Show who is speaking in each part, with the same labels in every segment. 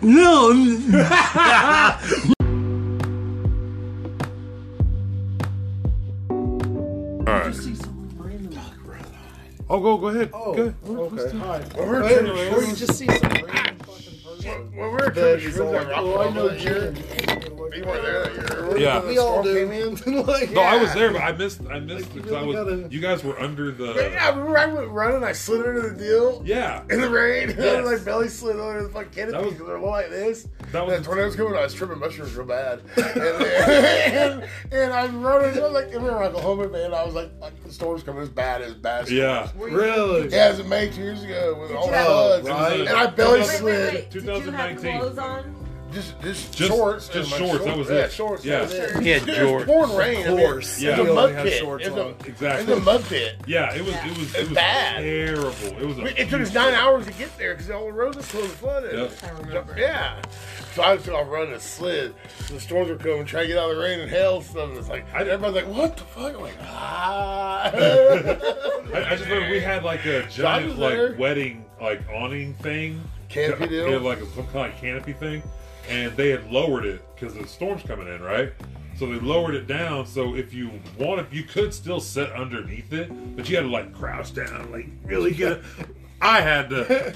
Speaker 1: No.
Speaker 2: Oh, go go ahead.
Speaker 3: Oh,
Speaker 2: go ahead.
Speaker 3: okay. All right.
Speaker 4: Well, we're
Speaker 3: Wait,
Speaker 4: trying to-
Speaker 3: or you just see some random fucking person
Speaker 4: Well, we're
Speaker 3: that
Speaker 4: trying to
Speaker 3: is
Speaker 4: show
Speaker 3: all like,
Speaker 4: that
Speaker 3: oh, I know
Speaker 4: that year.
Speaker 3: Jim.
Speaker 4: You weren't there that year.
Speaker 2: Yeah.
Speaker 3: We all
Speaker 4: Storm
Speaker 3: do.
Speaker 4: came in.
Speaker 3: like,
Speaker 2: No, I was there, but I missed. I missed
Speaker 3: Like, you
Speaker 2: because I
Speaker 3: really
Speaker 2: was.
Speaker 3: gotta-
Speaker 2: You guys were under
Speaker 4: Yeah,
Speaker 2: the.
Speaker 4: remember I went running, I slid under the deal
Speaker 2: Yeah,
Speaker 4: in the rain.
Speaker 2: Yes.
Speaker 4: my belly slid under the fucking canopy
Speaker 2: That was-
Speaker 4: because they're low like this.
Speaker 2: that was
Speaker 4: and the tornadoes coming, I was tripping mushrooms real bad. And, and, and I'm running, I was like, we were in Oklahoma, man. I was like, fuck, the storm's coming as bad as bad.
Speaker 2: yeah.
Speaker 3: Really?
Speaker 4: Yeah, it was in May two years ago with all the
Speaker 5: have-
Speaker 4: floods.
Speaker 3: right.
Speaker 4: And I belly
Speaker 5: Wait, wait,
Speaker 4: slid.
Speaker 5: wait. Did you have
Speaker 2: 2019.
Speaker 5: clothes on?
Speaker 4: Just, just,
Speaker 2: Just-
Speaker 4: shorts.
Speaker 2: just
Speaker 4: and my
Speaker 2: shorts, that was
Speaker 4: yeah,
Speaker 2: it.
Speaker 4: Shorts.
Speaker 2: Yeah.
Speaker 4: that was it.
Speaker 6: He had
Speaker 4: Dude, it was
Speaker 6: jorts.
Speaker 4: pouring rain.
Speaker 3: Of course.
Speaker 2: Yeah.
Speaker 4: It's a
Speaker 3: You only
Speaker 4: mud
Speaker 3: have
Speaker 4: pit.
Speaker 3: shorts
Speaker 4: It's a,
Speaker 3: on.
Speaker 2: Exactly.
Speaker 4: it's a mud pit.
Speaker 2: Yeah, it was. It was. It was
Speaker 4: Bad.
Speaker 2: terrible. It was.
Speaker 4: We-
Speaker 2: A,
Speaker 4: It took us nine hours to get there because all the roads were closed and flooded.
Speaker 2: Yep.
Speaker 5: I remember.
Speaker 4: Yeah. So I was off running a slid. The storms were coming, trying to get out of the rain and hail and stuff. And it's like,
Speaker 2: I-
Speaker 4: everybody's like, what the fuck? I'm like, ah.
Speaker 2: I, I just remember we had like a
Speaker 4: was
Speaker 2: giant
Speaker 4: there.
Speaker 2: like wedding like awning thing.
Speaker 4: Canopy
Speaker 2: Yeah,
Speaker 4: deal?
Speaker 2: yeah, like a, some kind of canopy thing, and they had lowered it because the storm's coming in, right? So they lowered it down. So if you wanted, you could still sit underneath it, but you had to like crouch down, like really get. A, I had to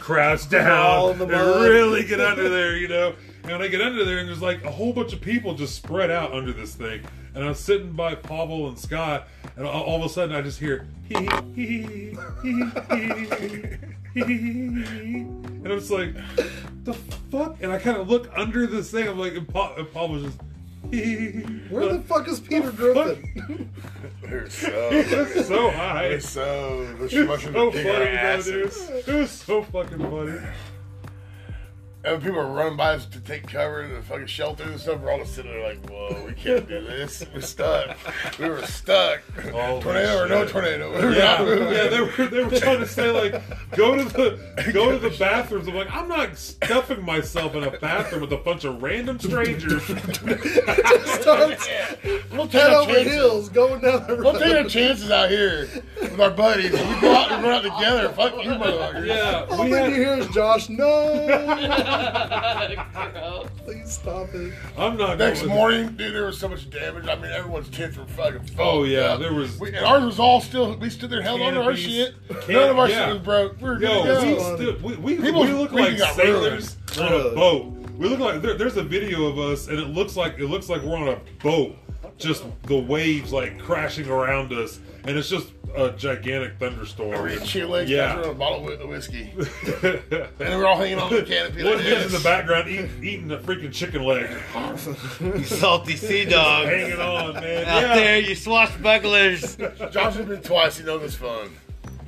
Speaker 3: Crawl
Speaker 2: crouch down
Speaker 3: in the
Speaker 2: and
Speaker 3: mud.
Speaker 2: really get under there, you know. And when I get under there, and there's like a whole bunch of people just spread out under this thing. And I'm sitting by Pavel and Scott, and all, all of a sudden I just hear hee hee hee hee hee hee hee hee, and I'm just like, the fuck? And I kind of look under this thing. I'm like, and, pa- and Pavel's just hee hee.
Speaker 3: Where the fuck is Peter Griffin?
Speaker 4: They're so,
Speaker 2: It's so high.
Speaker 4: they're
Speaker 2: It's
Speaker 4: so, they're smushing
Speaker 2: so
Speaker 4: the
Speaker 2: funny,
Speaker 4: pig in our
Speaker 2: though, dude.
Speaker 4: asses.
Speaker 2: It was so fucking funny.
Speaker 4: And people are running by us to take cover in the fucking shelters and stuff. We're all just sitting there like, whoa, we can't do this. We're stuck. We were stuck.
Speaker 2: Holy
Speaker 4: tornado or no
Speaker 2: shit.
Speaker 4: tornado. We were
Speaker 2: Yeah,
Speaker 4: not moving.
Speaker 2: yeah, they were they were trying to say like go to the go to the bathrooms. I'm like, I'm not stuffing myself in a bathroom with a bunch of random strangers.
Speaker 3: Starts
Speaker 4: We'll take
Speaker 3: head
Speaker 4: our
Speaker 3: over
Speaker 4: chances.
Speaker 3: heels going down the
Speaker 4: We'll
Speaker 3: road.
Speaker 4: take our chances out here with our buddies. We go out and run out together. Fuck you, motherfuckers.
Speaker 2: Yeah,
Speaker 4: Oh,
Speaker 3: All
Speaker 2: we
Speaker 3: you
Speaker 2: had,
Speaker 3: hear is Josh, no!
Speaker 5: Gross.
Speaker 3: Please stop it.
Speaker 2: I'm not
Speaker 4: Next
Speaker 2: going-
Speaker 4: morning, dude, there was so much damage. I mean, everyone's tits were fucking. fucked
Speaker 2: Oh yeah,
Speaker 4: up.
Speaker 2: there was.
Speaker 4: We, and ours was all still. We stood there, held on to our
Speaker 2: Canopies.
Speaker 4: shit.
Speaker 2: Can-
Speaker 4: None of our
Speaker 2: yeah.
Speaker 4: shit was broke. We were
Speaker 2: Yo,
Speaker 4: good to
Speaker 2: we,
Speaker 4: go.
Speaker 3: funny.
Speaker 2: still, we, we,
Speaker 4: People-
Speaker 2: we look
Speaker 4: we
Speaker 2: like
Speaker 4: got
Speaker 2: sailors on a
Speaker 3: Really?
Speaker 2: boat. We look like there, there's a video of us, and it looks like it looks like we're on a boat, just the waves like crashing around us, and it's just a gigantic
Speaker 4: We
Speaker 2: thunderstorm.
Speaker 4: were eating chili.
Speaker 2: Yeah.
Speaker 4: Yeah. A bottle of whi- whiskey. And
Speaker 2: One
Speaker 4: we were all hanging on the canopy. like
Speaker 2: kid's in the
Speaker 4: this.
Speaker 2: background eating, eating a freaking chicken leg,
Speaker 6: Salty sea dog.
Speaker 2: hanging on, man.
Speaker 6: Out
Speaker 2: yeah.
Speaker 6: there, you swashbucklers.
Speaker 4: Josh has been twice. He knows it's fun.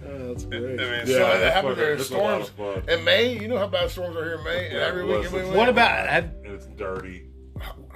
Speaker 3: Oh, that's
Speaker 4: I
Speaker 3: great.
Speaker 4: mean,
Speaker 2: Yeah,
Speaker 4: so that
Speaker 2: that's
Speaker 4: happened
Speaker 2: fucking-
Speaker 4: during
Speaker 2: that's a lot of
Speaker 4: storms.
Speaker 2: fun.
Speaker 4: In May, you know how bad storms are here in May, and
Speaker 2: Yeah,
Speaker 4: every
Speaker 2: it was.
Speaker 4: weekend we went.
Speaker 6: What about? Have,
Speaker 2: And it's dirty.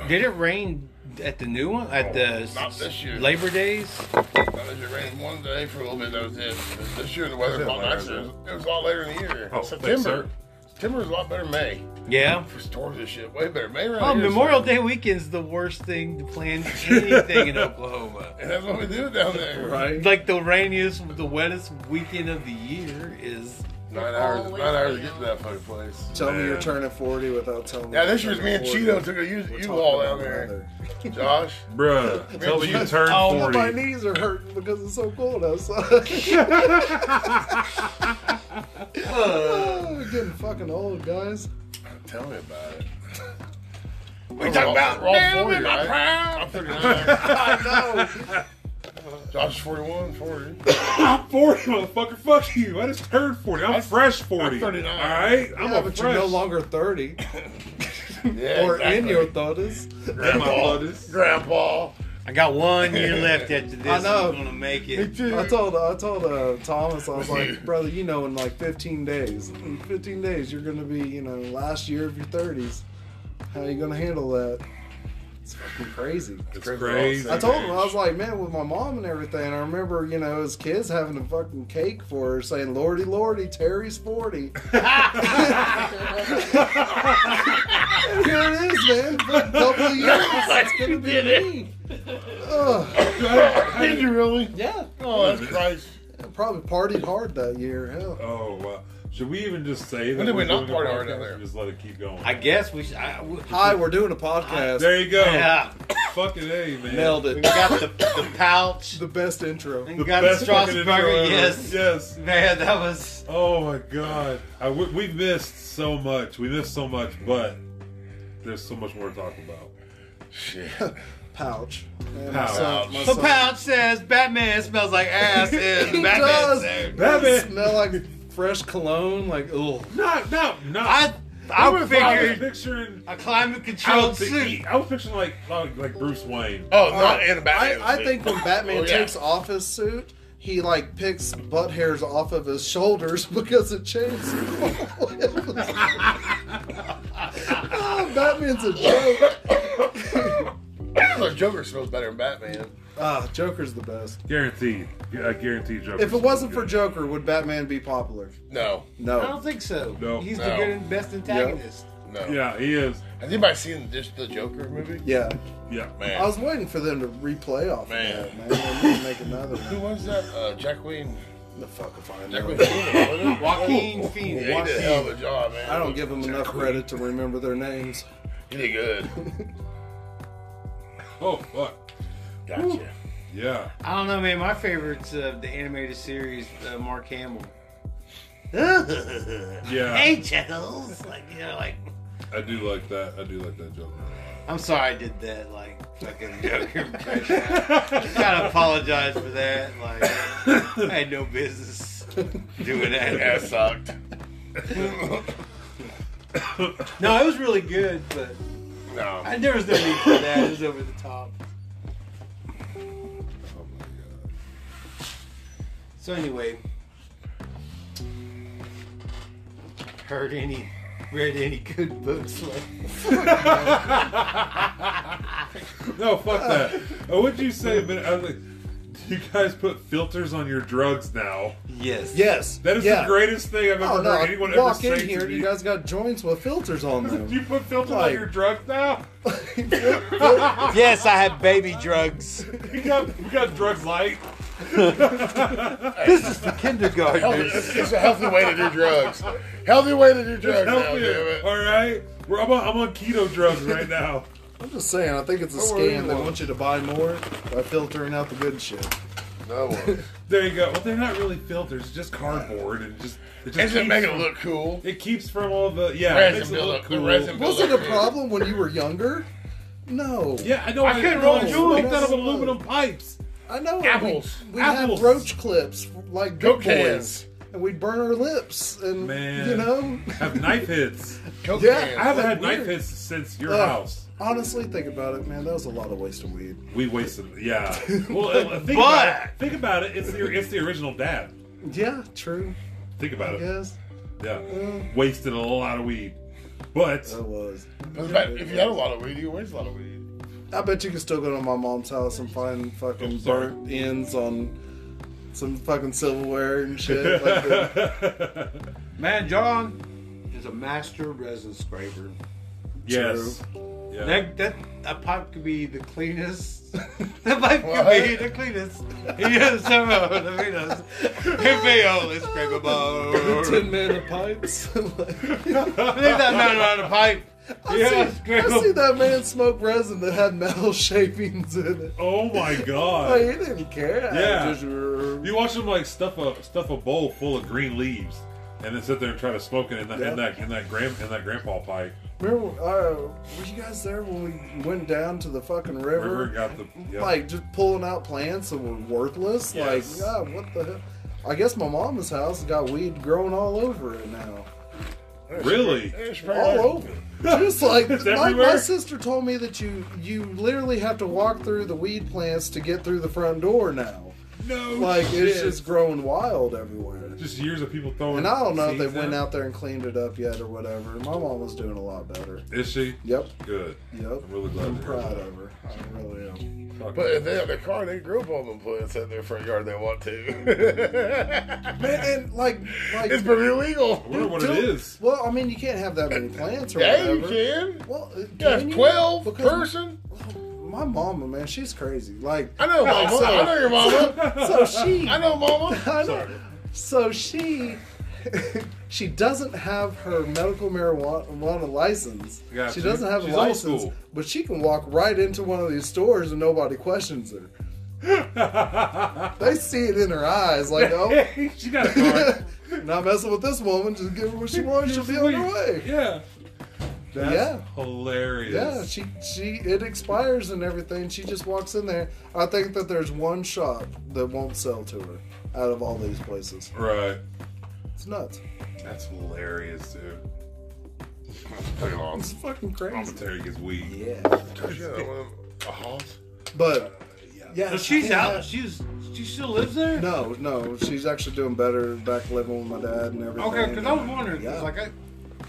Speaker 6: did it rain at the new one? At the
Speaker 4: Not this year.
Speaker 6: Labor Days?
Speaker 4: That was your rain one day for a little bit. That was it. This year the weather
Speaker 2: Was it
Speaker 4: was a lot
Speaker 2: later
Speaker 4: nicer.
Speaker 2: than-
Speaker 4: It was a lot later in the year.
Speaker 2: Oh, thanks,
Speaker 4: September.
Speaker 2: sir.
Speaker 4: September was a lot better than May.
Speaker 6: Yeah.
Speaker 4: For storms and shit, way better. May around
Speaker 6: Oh,
Speaker 4: here Oh, is-
Speaker 6: Memorial Day weekend's the worst thing to plan anything in Oklahoma.
Speaker 4: And that's what we do down there.
Speaker 3: Right?
Speaker 6: Like the rainiest, the wettest weekend of the year is.
Speaker 4: Nine hours.
Speaker 5: Always
Speaker 4: Nine hours to
Speaker 5: down.
Speaker 4: get to that fucking place.
Speaker 3: Tell me you're
Speaker 2: Man.
Speaker 3: turning 40 without telling me.
Speaker 4: Yeah,
Speaker 3: you're
Speaker 4: this year's me and
Speaker 3: turning
Speaker 4: Cheeto
Speaker 3: 40.
Speaker 4: took a U-
Speaker 3: We're
Speaker 4: U-Haul
Speaker 3: talking about
Speaker 4: down there.
Speaker 3: weather.
Speaker 4: Josh,
Speaker 2: Bruh, tell me you turned
Speaker 6: Oh,
Speaker 2: 40.
Speaker 3: My knees are hurting because it's so cold outside. oh, getting fucking old, guys.
Speaker 4: tell me about it.
Speaker 6: We
Speaker 4: We're all- we're all 40, right?
Speaker 6: prime.
Speaker 4: I'm 39.
Speaker 3: I know.
Speaker 4: Josh is 41, 40.
Speaker 2: I'm 40, motherfucker. Fuck you. I just turned 40. I'm fresh 40.
Speaker 4: I'm 39.
Speaker 2: All right? I'm
Speaker 3: yeah,
Speaker 2: a
Speaker 3: but
Speaker 2: fresh.
Speaker 3: you're no longer 30
Speaker 4: Yeah,
Speaker 3: or in
Speaker 4: exactly.
Speaker 3: your 30s.
Speaker 2: in my
Speaker 4: grandpa.
Speaker 2: bloodist.
Speaker 4: Grandpa.
Speaker 6: I got one year left after this.
Speaker 3: I know.
Speaker 6: I'm gonna make
Speaker 4: Me
Speaker 6: it.
Speaker 4: too.
Speaker 3: I told I told uh, Thomas I was like, brother, you know, in like 15 days, in 15 days you're gonna be, you know, last year of your 30s. How you gonna handle that? It's fucking crazy.
Speaker 2: It's crazy.
Speaker 3: I told him I was like, man, with my mom and everything. I remember, you know, as kids having a fucking cake for her, saying, "Lordy, Lordy, Terry's 40. And Here it is, man. For Double years. It's gonna be me. Ugh.
Speaker 4: Did you really?
Speaker 3: Yeah.
Speaker 4: Oh, that's Christ.
Speaker 3: Probably partied hard that year. Hell.
Speaker 2: Oh, wow. Should we even just say that?
Speaker 4: When did we
Speaker 2: we're
Speaker 4: not
Speaker 2: doing a
Speaker 4: party hard out
Speaker 2: podcast
Speaker 4: there?
Speaker 2: and Just let it keep going.
Speaker 6: I guess we should. I, we,
Speaker 3: Hi, we're doing a podcast.
Speaker 2: there you go.
Speaker 6: yeah,
Speaker 2: Fucking A, man.
Speaker 3: Nailed
Speaker 6: we
Speaker 3: it.
Speaker 6: got the, the pouch.
Speaker 3: The best intro.
Speaker 6: and
Speaker 2: The
Speaker 6: got
Speaker 2: best fucking intro
Speaker 6: Strasburger.
Speaker 2: ever.
Speaker 6: Yes.
Speaker 2: Yes.
Speaker 6: man, that was.
Speaker 2: Oh my god. I, we, we missed so much. We missed so much, but there's so much more to talk about.
Speaker 4: Shit.
Speaker 3: Pouch. Man,
Speaker 2: Pouch.
Speaker 3: my
Speaker 6: The pouch says Batman smells like ass. is
Speaker 3: He
Speaker 6: Batman
Speaker 3: does.
Speaker 6: says-
Speaker 3: Does it
Speaker 2: Batman.
Speaker 3: smell like fresh cologne. Like, ugh.
Speaker 2: Not, not, not.
Speaker 6: I I
Speaker 2: was
Speaker 6: figured
Speaker 2: picturing.
Speaker 6: a climate
Speaker 2: I
Speaker 6: controlled
Speaker 2: was,
Speaker 6: suit.
Speaker 2: I was picturing like, like like Bruce Wayne.
Speaker 4: Oh, not in a Batman.
Speaker 3: I, I
Speaker 4: suit.
Speaker 3: think when Batman
Speaker 4: Oh, yeah.
Speaker 3: takes off his suit, he like picks butt hairs off of his shoulders because it changes. oh, Batman's a joke.
Speaker 4: the Joker smells better than Batman.
Speaker 3: Ah, Joker's the best.
Speaker 2: Guaranteed. Yeah, I guarantee Joker.
Speaker 3: If it wasn't for Joker, would Batman be popular?
Speaker 4: No,
Speaker 6: I
Speaker 3: No.
Speaker 6: don't think so.
Speaker 2: No.
Speaker 6: He's the
Speaker 4: No.
Speaker 6: good and best antagonist.
Speaker 4: no.
Speaker 2: Yeah, he is.
Speaker 4: Has anybody seen just the Joker movie?
Speaker 3: Yeah.
Speaker 2: Yeah.
Speaker 4: Man.
Speaker 3: I was waiting for them to replay off
Speaker 4: Man.
Speaker 3: of that, man. They need to make another
Speaker 4: Who
Speaker 3: one.
Speaker 4: was that? Uh, Jack Wayne.
Speaker 3: The fuck if I
Speaker 4: Jack
Speaker 3: know.
Speaker 4: Wayne Phoenix, wasn't it?
Speaker 6: Joaquin
Speaker 4: Yeah,
Speaker 6: Phoenix.
Speaker 4: he did a hell of a job, man.
Speaker 3: I don't give them enough credit to remember their names.
Speaker 4: He did good.
Speaker 2: Oh fuck.
Speaker 4: Gotcha.
Speaker 2: Yeah.
Speaker 6: I don't know, man. My favorite's uh, the animated series, uh, Mark Hamill. hey,
Speaker 2: Yeah.
Speaker 6: Chuckles. Like, you know, like,
Speaker 2: I do like that. I do like that Joker.
Speaker 6: I'm sorry I did that, like, fucking Joker impression. Gotta apologize for that. Like, I had no business doing
Speaker 4: That
Speaker 6: that.
Speaker 4: sucked.
Speaker 6: No, it was really good, but
Speaker 4: no.
Speaker 6: I, there was no need for that. It was over the top.
Speaker 2: Oh my god.
Speaker 6: So anyway, heard any, read any good books? Like,
Speaker 2: No, fuck that. Uh, What'd you say? But I was like, you guys put filters on your drugs now.
Speaker 6: yes.
Speaker 3: Yes.
Speaker 2: That is
Speaker 3: yeah.
Speaker 2: the greatest thing I've ever
Speaker 3: Oh, no,
Speaker 2: heard anyone
Speaker 3: I walk
Speaker 2: ever
Speaker 3: in
Speaker 2: say
Speaker 3: here
Speaker 2: to
Speaker 3: and
Speaker 2: me.
Speaker 3: you guys got joints with filters on them.
Speaker 2: you put filters
Speaker 3: Like-
Speaker 2: on your drugs now?
Speaker 6: Yes, I had baby drugs.
Speaker 2: You got, we got drugs light.
Speaker 6: This is the
Speaker 4: Healthy-
Speaker 6: kindergartners.
Speaker 4: It's a healthy way to do drugs. Healthy way to do drugs. now,
Speaker 2: Help you.
Speaker 4: damn it.
Speaker 2: All right. We're, I'm, on, I'm on keto drugs right now.
Speaker 3: I'm just saying, I think it's a scam.
Speaker 2: worry,
Speaker 3: They
Speaker 2: everyone.
Speaker 3: want you to buy more by filtering out the good shit.
Speaker 4: No one.
Speaker 2: There you go. Well, they're not really filters. It's just cardboard and just. It just
Speaker 4: It's to
Speaker 2: keeps
Speaker 4: make it
Speaker 2: from-
Speaker 4: look cool.
Speaker 2: It keeps from all the yeah.
Speaker 4: Resin
Speaker 2: it makes it
Speaker 4: build
Speaker 2: look
Speaker 4: up, the
Speaker 2: cool.
Speaker 4: resin build
Speaker 3: Was it a problem when you were younger? No.
Speaker 2: Yeah, I know.
Speaker 4: I couldn't roll
Speaker 2: You
Speaker 4: joints.
Speaker 2: make out of aluminum pipes.
Speaker 3: I know.
Speaker 4: Apples.
Speaker 3: We, we
Speaker 2: Apples.
Speaker 3: had roach clips like good
Speaker 4: Coke cans.
Speaker 3: boys, and we'd burn our lips, and
Speaker 2: Man.
Speaker 3: you know.
Speaker 2: Have knife hits.
Speaker 4: Coke
Speaker 3: Yeah,
Speaker 4: cans.
Speaker 2: I haven't had
Speaker 3: Weird.
Speaker 2: knife hits since your
Speaker 3: Ugh.
Speaker 2: house.
Speaker 3: honestly, think about it, man. That was a lot of waste of weed.
Speaker 2: We wasted. Yeah. Well, uh, think about it.
Speaker 6: But-
Speaker 2: Think about it. It's the it's the original dad.
Speaker 3: Yeah, true.
Speaker 2: Think
Speaker 3: I
Speaker 2: about it.
Speaker 3: guess
Speaker 2: Yeah. Wasted a lot of weed, but
Speaker 3: that was.
Speaker 4: In fact, If you had a lot of weed, you waste a lot of weed.
Speaker 3: I bet you can still go to my mom's house and find fucking
Speaker 2: I'm sorry.
Speaker 3: burnt ends on some fucking silverware and shit. Like the-
Speaker 6: Man, John is a master resin scraper.
Speaker 2: yes. Yeah.
Speaker 6: That, that that pipe could be the cleanest. That pipe
Speaker 4: What?
Speaker 6: could be the cleanest. He has somehow the cleanest. Could be all this scraper ball.
Speaker 3: Tin man of pipes.
Speaker 6: Leave that man around the pipe.
Speaker 3: I,
Speaker 6: Yeah,
Speaker 3: see, I see
Speaker 6: scraper.
Speaker 3: that man smoke resin that had metal shavings in it.
Speaker 2: Oh my
Speaker 3: Like,
Speaker 2: god.
Speaker 3: he didn't care.
Speaker 2: Yeah.
Speaker 3: I just- uh,
Speaker 2: You watch them like stuff a stuff a bowl full of green leaves, and then sit there and try to smoke it in that
Speaker 3: Yeah.
Speaker 2: in that in that grand in that grandpa pipe.
Speaker 3: remember, uh, were you guys there when we went down to the fucking river?
Speaker 2: River got the yeah.
Speaker 3: Like just pulling out plants that were worthless. Like,
Speaker 2: Yes.
Speaker 3: God, what the hell? I guess my mama's house got weed growing all over it now.
Speaker 2: Really?
Speaker 4: It's
Speaker 3: all over. Just like
Speaker 2: It's
Speaker 3: my, my
Speaker 2: everywhere?
Speaker 3: sister told me that you you literally have to walk through the weed plants to get through the front door now.
Speaker 2: no.
Speaker 3: Like it's
Speaker 2: Oh, shit.
Speaker 3: just growing wild everywhere.
Speaker 2: just years of people throwing.
Speaker 3: And I don't know if they
Speaker 2: seeds
Speaker 3: went
Speaker 2: in.
Speaker 3: out there and cleaned it up yet or whatever. My mom was doing a lot better.
Speaker 2: Is she
Speaker 3: Yep,
Speaker 2: good?
Speaker 3: yep.
Speaker 2: I'm really glad
Speaker 3: I'm
Speaker 2: to hear
Speaker 3: proud
Speaker 2: that.
Speaker 3: of her. I really am.
Speaker 2: Fuck.
Speaker 4: But if they have their car, they grow up on them plants in their front yard. They want to.
Speaker 3: Man, and like like
Speaker 4: it's pretty illegal.
Speaker 2: I wonder what
Speaker 3: Dude,
Speaker 2: it is.
Speaker 3: Well, I mean, you can't have that many plants or
Speaker 4: Yeah, you
Speaker 3: whatever.
Speaker 4: can.
Speaker 3: Well, uh,
Speaker 4: You
Speaker 3: can
Speaker 4: have
Speaker 3: you?
Speaker 4: twelve
Speaker 3: Because
Speaker 4: person.
Speaker 3: My mama, man, she's crazy. Like,
Speaker 4: I know, mama. I know your mama.
Speaker 3: so she,
Speaker 4: I know, mama.
Speaker 3: I know. So she she doesn't have her medical marijuana license.
Speaker 2: Gotcha.
Speaker 3: She doesn't have
Speaker 2: She's
Speaker 3: a
Speaker 2: old
Speaker 3: license,
Speaker 2: school.
Speaker 3: but she can walk right into one of these stores and nobody questions her. They see it in her eyes, like, oh,
Speaker 2: she got a card.
Speaker 3: not messing with this woman. Just give her what she wants. She'll be on her way.
Speaker 2: Yeah. That's
Speaker 3: Yeah.
Speaker 2: hilarious.
Speaker 3: Yeah, she she it expires and everything. She just walks in there. I think that there's one shop that won't sell to her out of all these places.
Speaker 2: Right.
Speaker 3: It's nuts.
Speaker 2: That's hilarious, dude.
Speaker 4: Pretty long.
Speaker 3: It's fucking
Speaker 2: I'm
Speaker 3: crazy.
Speaker 2: gonna tell you gets weed.
Speaker 3: Yeah,
Speaker 4: Yeah, one of them- a hoss?
Speaker 3: but yeah,
Speaker 6: So
Speaker 3: she
Speaker 6: she's
Speaker 3: can't
Speaker 6: out.
Speaker 3: have-
Speaker 6: She's she still lives there.
Speaker 3: No, no, she's actually doing better back living with my dad and everything.
Speaker 6: Okay, because I was wondering. 'cause,
Speaker 3: Yeah.
Speaker 6: like I,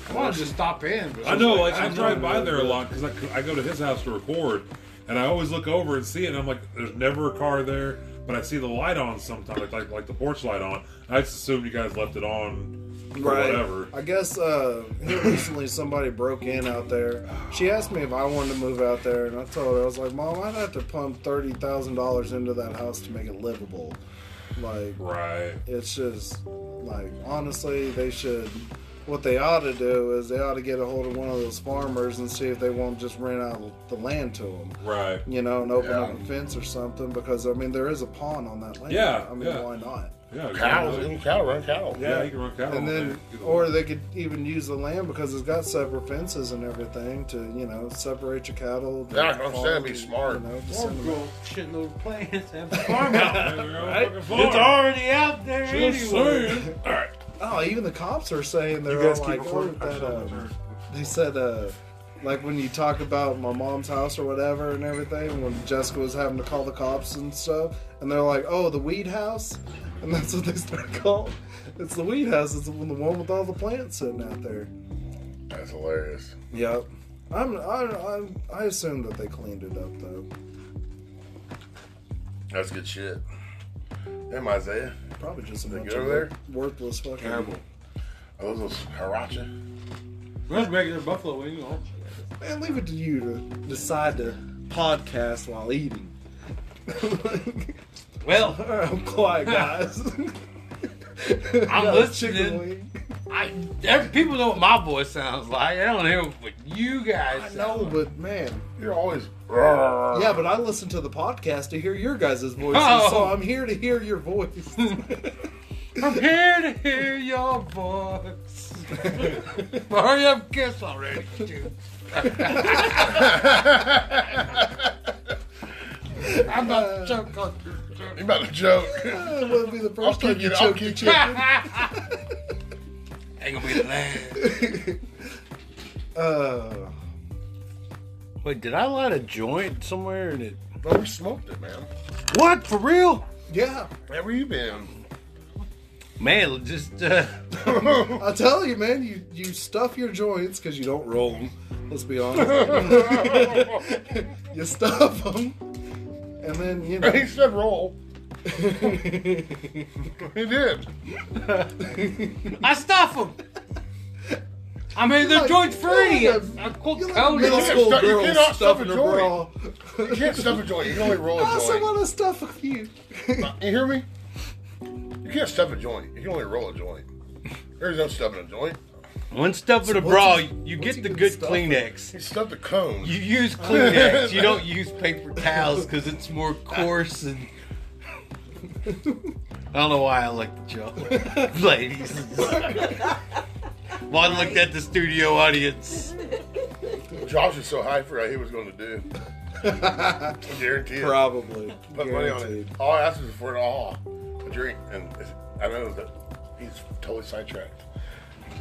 Speaker 6: I wanted to stop in. But
Speaker 2: I know, like
Speaker 6: was
Speaker 2: I drive by
Speaker 6: don't know.
Speaker 2: there a lot because I, c- I go to his house to record, and I always look over and see it. and I'm like, there's never a car there, but I see the light on sometimes, like like, the porch light on. I just assumed you guys left it on, or
Speaker 3: Right.
Speaker 2: whatever.
Speaker 3: I guess uh, here recently somebody broke in out there. She asked me if I wanted to move out there, and I told her I was like, "Mom, I'd have to pump thirty thousand dollars into that house to make it livable." Like,
Speaker 2: Right.
Speaker 3: it's just like honestly, they should. What they ought to do is they ought to get a hold of one of those farmers and see if they won't just rent out the land to them.
Speaker 2: Right.
Speaker 3: You know, and open
Speaker 4: Yeah.
Speaker 3: up a fence or something because I mean there is a pond on that land.
Speaker 2: Yeah,
Speaker 3: I mean
Speaker 2: yeah.
Speaker 3: why not?
Speaker 2: Yeah.
Speaker 4: Cows,
Speaker 2: Exactly.
Speaker 4: little cow, run cow.
Speaker 2: Yeah, you can run
Speaker 3: and
Speaker 2: cattle. on
Speaker 3: then
Speaker 2: there.
Speaker 3: or they could even use the land because it's got separate fences and everything to you know separate your cattle.
Speaker 4: Yeah, I'm saying
Speaker 3: farm,
Speaker 4: be
Speaker 3: you
Speaker 4: smart.
Speaker 3: know, to
Speaker 6: Or
Speaker 3: send them-
Speaker 6: grow shitload of plants and have a farm out
Speaker 2: Yeah,
Speaker 6: there.
Speaker 2: they're on
Speaker 6: right?
Speaker 2: fucking
Speaker 6: It's
Speaker 2: farm.
Speaker 6: already out there
Speaker 2: Just
Speaker 6: anyway.
Speaker 2: saying.
Speaker 3: oh, even the cops are saying they're all like "Oh, that. Uh, they said uh, like when you talk about my mom's house or whatever and everything when Jessica was having to call the cops and stuff and they're like oh the weed house and that's what they start calling. It's the weed house. It's the one with all the plants sitting out there.
Speaker 4: That's hilarious.
Speaker 3: Yep. I'm, I, I'm, I assume that they cleaned it up though.
Speaker 4: That's good shit. Damn, Isaiah.
Speaker 3: Probably just a
Speaker 4: They
Speaker 3: bunch
Speaker 4: go
Speaker 3: of
Speaker 4: there?
Speaker 3: worthless fucking.
Speaker 6: Terrible.
Speaker 4: Are those those Haracha?
Speaker 6: That's regular buffalo wing. though.
Speaker 3: Man, leave it to you to decide to podcast while eating.
Speaker 6: Well,
Speaker 3: All right, I'm quiet, guys.
Speaker 6: I'm
Speaker 3: Got a
Speaker 6: listening.
Speaker 3: chicken wing.
Speaker 6: I every, people know what my voice sounds like. I don't hear what you guys.
Speaker 3: I
Speaker 6: sound
Speaker 3: know,
Speaker 6: like.
Speaker 3: but man,
Speaker 4: You're always. Yeah.
Speaker 3: yeah, but I listen to the podcast to hear your guys' voices,
Speaker 6: Oh.
Speaker 3: so I'm here to hear your voice.
Speaker 6: I'm here to hear your voice. Hurry up, kiss already, dude. I'm about to choke on
Speaker 4: You about to joke.
Speaker 3: that would be the
Speaker 4: I'll
Speaker 3: first time
Speaker 4: kick
Speaker 3: you
Speaker 4: it. I'll
Speaker 3: choke your
Speaker 4: kick
Speaker 3: chicken.
Speaker 4: it.
Speaker 6: Ain't gonna be the last.
Speaker 3: Uh,
Speaker 6: Wait, did I light a joint somewhere and it?
Speaker 4: Bro, we smoked it, man.
Speaker 6: What for real?
Speaker 3: yeah,
Speaker 4: Where were you been?
Speaker 6: Man, just uh,
Speaker 3: I tell you, man, you, you stuff your joints because you don't roll them. Let's be honest. you stuff them, and then you know.
Speaker 4: he said roll. He did.
Speaker 6: I stuff them. I mean, they're
Speaker 3: Like,
Speaker 6: joint free.
Speaker 3: yeah,
Speaker 6: I quote
Speaker 3: You're like a
Speaker 6: code
Speaker 3: middle
Speaker 6: it.
Speaker 4: can't
Speaker 3: school
Speaker 4: stuff- you
Speaker 3: girl
Speaker 4: cannot stuff
Speaker 3: stuffing
Speaker 4: a
Speaker 3: a
Speaker 4: joint. You
Speaker 3: bra.
Speaker 4: can't stuff a joint. You can only roll a
Speaker 3: I also
Speaker 4: joint. Uh,
Speaker 3: want to stuff a few.
Speaker 4: You hear me? You can't stuff a joint. You can only roll a joint. There's no stuffing a joint.
Speaker 6: One stuff in a
Speaker 3: what's
Speaker 6: bra,
Speaker 3: he-
Speaker 6: you
Speaker 3: what's he
Speaker 6: get the
Speaker 3: been
Speaker 6: good
Speaker 3: stuffing?
Speaker 6: Kleenex.
Speaker 4: He stuffed a cone.
Speaker 6: You use Kleenex. you don't use paper towels because it's more coarse and. I don't know why I like the joke, ladies. Juan looked at the studio audience.
Speaker 4: Josh is so high for what he was going to do. I guarantee it.
Speaker 3: Probably.
Speaker 4: Put money on it. All I asked was for an all a drink, and it's- I know that he's totally sidetracked.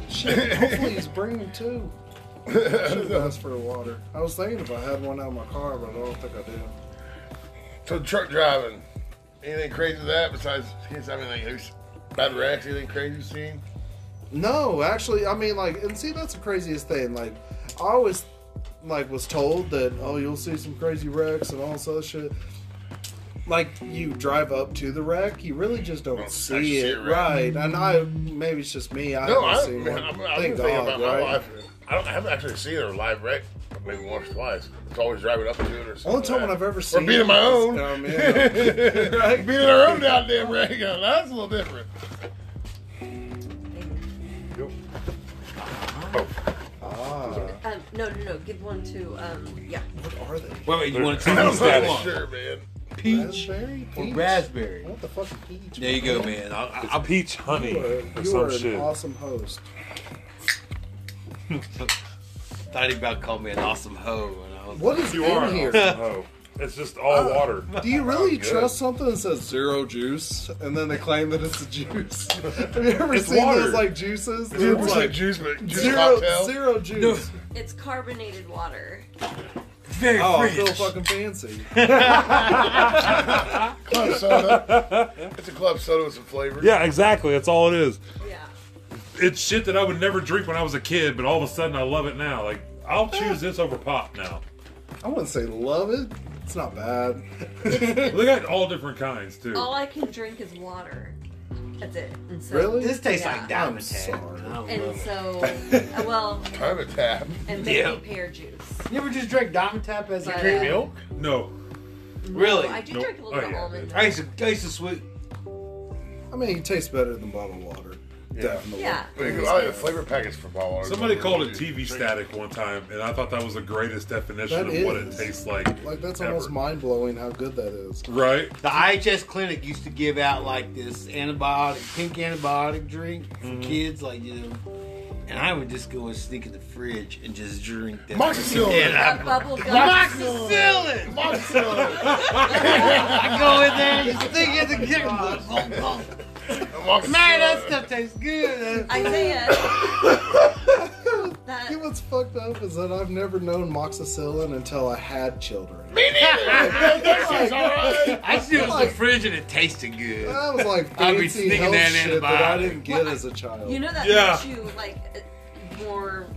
Speaker 3: Shit, hopefully he's bringing two. I should have asked for the water. I was thinking if I had one out of my car, but I don't think I do.
Speaker 4: So truck driving, anything crazy with that besides his? I mean, like, who's bad wrecks? Anything crazy you've seen?
Speaker 3: No, actually, I mean, like, and see, that's the craziest thing. Like, I always, like, was told that, oh, you'll see some crazy wrecks and all this other shit. Like, you drive up to the wreck, you really just don't
Speaker 4: Don't actually
Speaker 3: see
Speaker 4: see
Speaker 3: it,
Speaker 4: a wreck.
Speaker 3: right? And I, maybe it's just me. I
Speaker 4: No, I,
Speaker 3: haven't
Speaker 4: I
Speaker 3: seen
Speaker 4: mean,
Speaker 3: one.
Speaker 4: I'm, I'm
Speaker 3: Thank
Speaker 4: thinking about
Speaker 3: God,
Speaker 4: my
Speaker 3: right?
Speaker 4: life. I don't I haven't actually seen a live wreck, but maybe once or twice. It's always driving up to it or something.
Speaker 3: Only time
Speaker 4: like
Speaker 3: when
Speaker 4: that.
Speaker 3: I've ever
Speaker 4: We're
Speaker 3: seen.
Speaker 4: beating my
Speaker 3: is-
Speaker 4: own.
Speaker 3: um, yeah.
Speaker 4: beating our own goddamn wreck. That's a little different.
Speaker 1: Um, No, no, no. Give one to um. Yeah.
Speaker 3: What are they?
Speaker 6: Wait, wait, you want to
Speaker 4: I'm
Speaker 6: tell
Speaker 4: not
Speaker 6: me that one?
Speaker 4: sure, man.
Speaker 6: Peach
Speaker 3: Raspberry?
Speaker 6: or
Speaker 3: Peach?
Speaker 6: raspberry?
Speaker 3: What the fuck? Peach?
Speaker 6: There you go, man. I, I,
Speaker 2: It's peach honey
Speaker 3: You are,
Speaker 2: or
Speaker 3: you are an
Speaker 2: some shit.
Speaker 3: awesome host.
Speaker 6: I thought he about called me an awesome hoe, and I was
Speaker 3: What is
Speaker 2: You
Speaker 3: in
Speaker 2: are an
Speaker 3: here? Oh.
Speaker 2: awesome hoe. It's just all water.
Speaker 3: Do you really
Speaker 2: Good.
Speaker 3: trust something that says zero juice and then they claim that it's a juice? Have you ever
Speaker 2: It's
Speaker 3: seen
Speaker 2: water.
Speaker 3: those like juices?
Speaker 4: It's
Speaker 3: It's
Speaker 4: like
Speaker 3: like
Speaker 4: juice, but juice
Speaker 3: zero,
Speaker 4: cocktail.
Speaker 3: zero juice.
Speaker 1: It's carbonated water.
Speaker 6: like, very
Speaker 3: Oh, I
Speaker 6: rich.
Speaker 3: feel fucking fancy.
Speaker 4: Club soda. It's a club soda with some flavor.
Speaker 2: Yeah, exactly. That's all it is.
Speaker 1: Yeah.
Speaker 2: It's shit that I would never drink when I was a kid, but all of a sudden I love it now. Like I'll choose this over pop now.
Speaker 3: I wouldn't say love it. It's not bad.
Speaker 2: They got all different kinds too.
Speaker 1: All I can drink is water. That's it. And so,
Speaker 3: Really?
Speaker 6: This tastes
Speaker 1: Yeah.
Speaker 6: like diamond
Speaker 3: I'm
Speaker 6: tap.
Speaker 3: sorry.
Speaker 6: I don't
Speaker 1: And
Speaker 6: love it.
Speaker 1: so, uh, well,
Speaker 4: Time to tap.
Speaker 1: and maybe
Speaker 6: Yeah.
Speaker 1: pear juice.
Speaker 6: You ever just drank diamond tap as
Speaker 1: But,
Speaker 6: a
Speaker 1: uh,
Speaker 6: drink?
Speaker 4: Milk?
Speaker 2: No,
Speaker 6: Really?
Speaker 1: No, I do
Speaker 2: Nope.
Speaker 1: drink a little
Speaker 2: Oh,
Speaker 1: bit
Speaker 2: yeah.
Speaker 1: of almond.
Speaker 6: I used to, I used to sweet.
Speaker 3: I mean, it tastes better than bottled water. Definitely.
Speaker 1: Yeah.
Speaker 4: Wait, oh, yeah, flavor packets for bottled water.
Speaker 2: somebody called it TV static one time, and I thought that was the greatest definition
Speaker 3: That
Speaker 2: of what it
Speaker 3: is.
Speaker 2: tastes like.
Speaker 3: Like that's
Speaker 2: ever.
Speaker 3: almost mind blowing how good that is.
Speaker 2: Right?
Speaker 6: The IHS clinic used to give out like this antibiotic, pink antibiotic drink for kids, like you know. And I would just go and sneak in the fridge and just drink that.
Speaker 4: Moxicillin.
Speaker 1: That
Speaker 6: Yeah,
Speaker 1: bubble
Speaker 6: I-
Speaker 1: gum.
Speaker 6: Moxicillin.
Speaker 4: Moxicillin.
Speaker 6: I go in there and just think it's a kick. Man, that stuff tastes good.
Speaker 1: Isaiah. that,
Speaker 3: You know what's fucked up is that I've never known moxicillin until I had children.
Speaker 4: Me neither. That shit's all right.
Speaker 6: I just it was in the fridge and it tasted good.
Speaker 3: That was like
Speaker 6: I'll be
Speaker 3: fancy
Speaker 6: sneaking
Speaker 3: health
Speaker 6: that
Speaker 3: shit
Speaker 6: antibiotic.
Speaker 3: that I didn't get
Speaker 1: Well,
Speaker 3: as a child.
Speaker 1: you know that
Speaker 2: Yeah.
Speaker 1: makes you like uh, more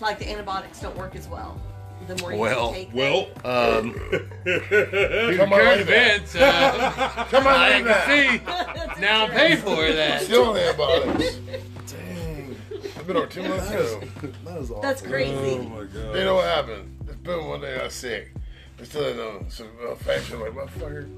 Speaker 1: like the antibiotics don't work as well. The more you
Speaker 6: Well,
Speaker 1: take them.
Speaker 2: Well,
Speaker 4: Come
Speaker 6: Um,
Speaker 4: on,
Speaker 6: current
Speaker 4: leave that.
Speaker 6: events. Uh,
Speaker 4: Come on,
Speaker 6: I
Speaker 4: leave that.
Speaker 6: can see.
Speaker 1: That's
Speaker 6: Now I'm
Speaker 1: insurance.
Speaker 6: paying for that.
Speaker 4: Still on antibiotics.
Speaker 3: Dang,
Speaker 4: I've been over two months
Speaker 3: that is,
Speaker 4: ago.
Speaker 3: that is awful.
Speaker 1: That's crazy.
Speaker 2: oh my god.
Speaker 4: They know what happened. It's been one day I was sick. I still didn't know. So uh, fashion like motherfucker.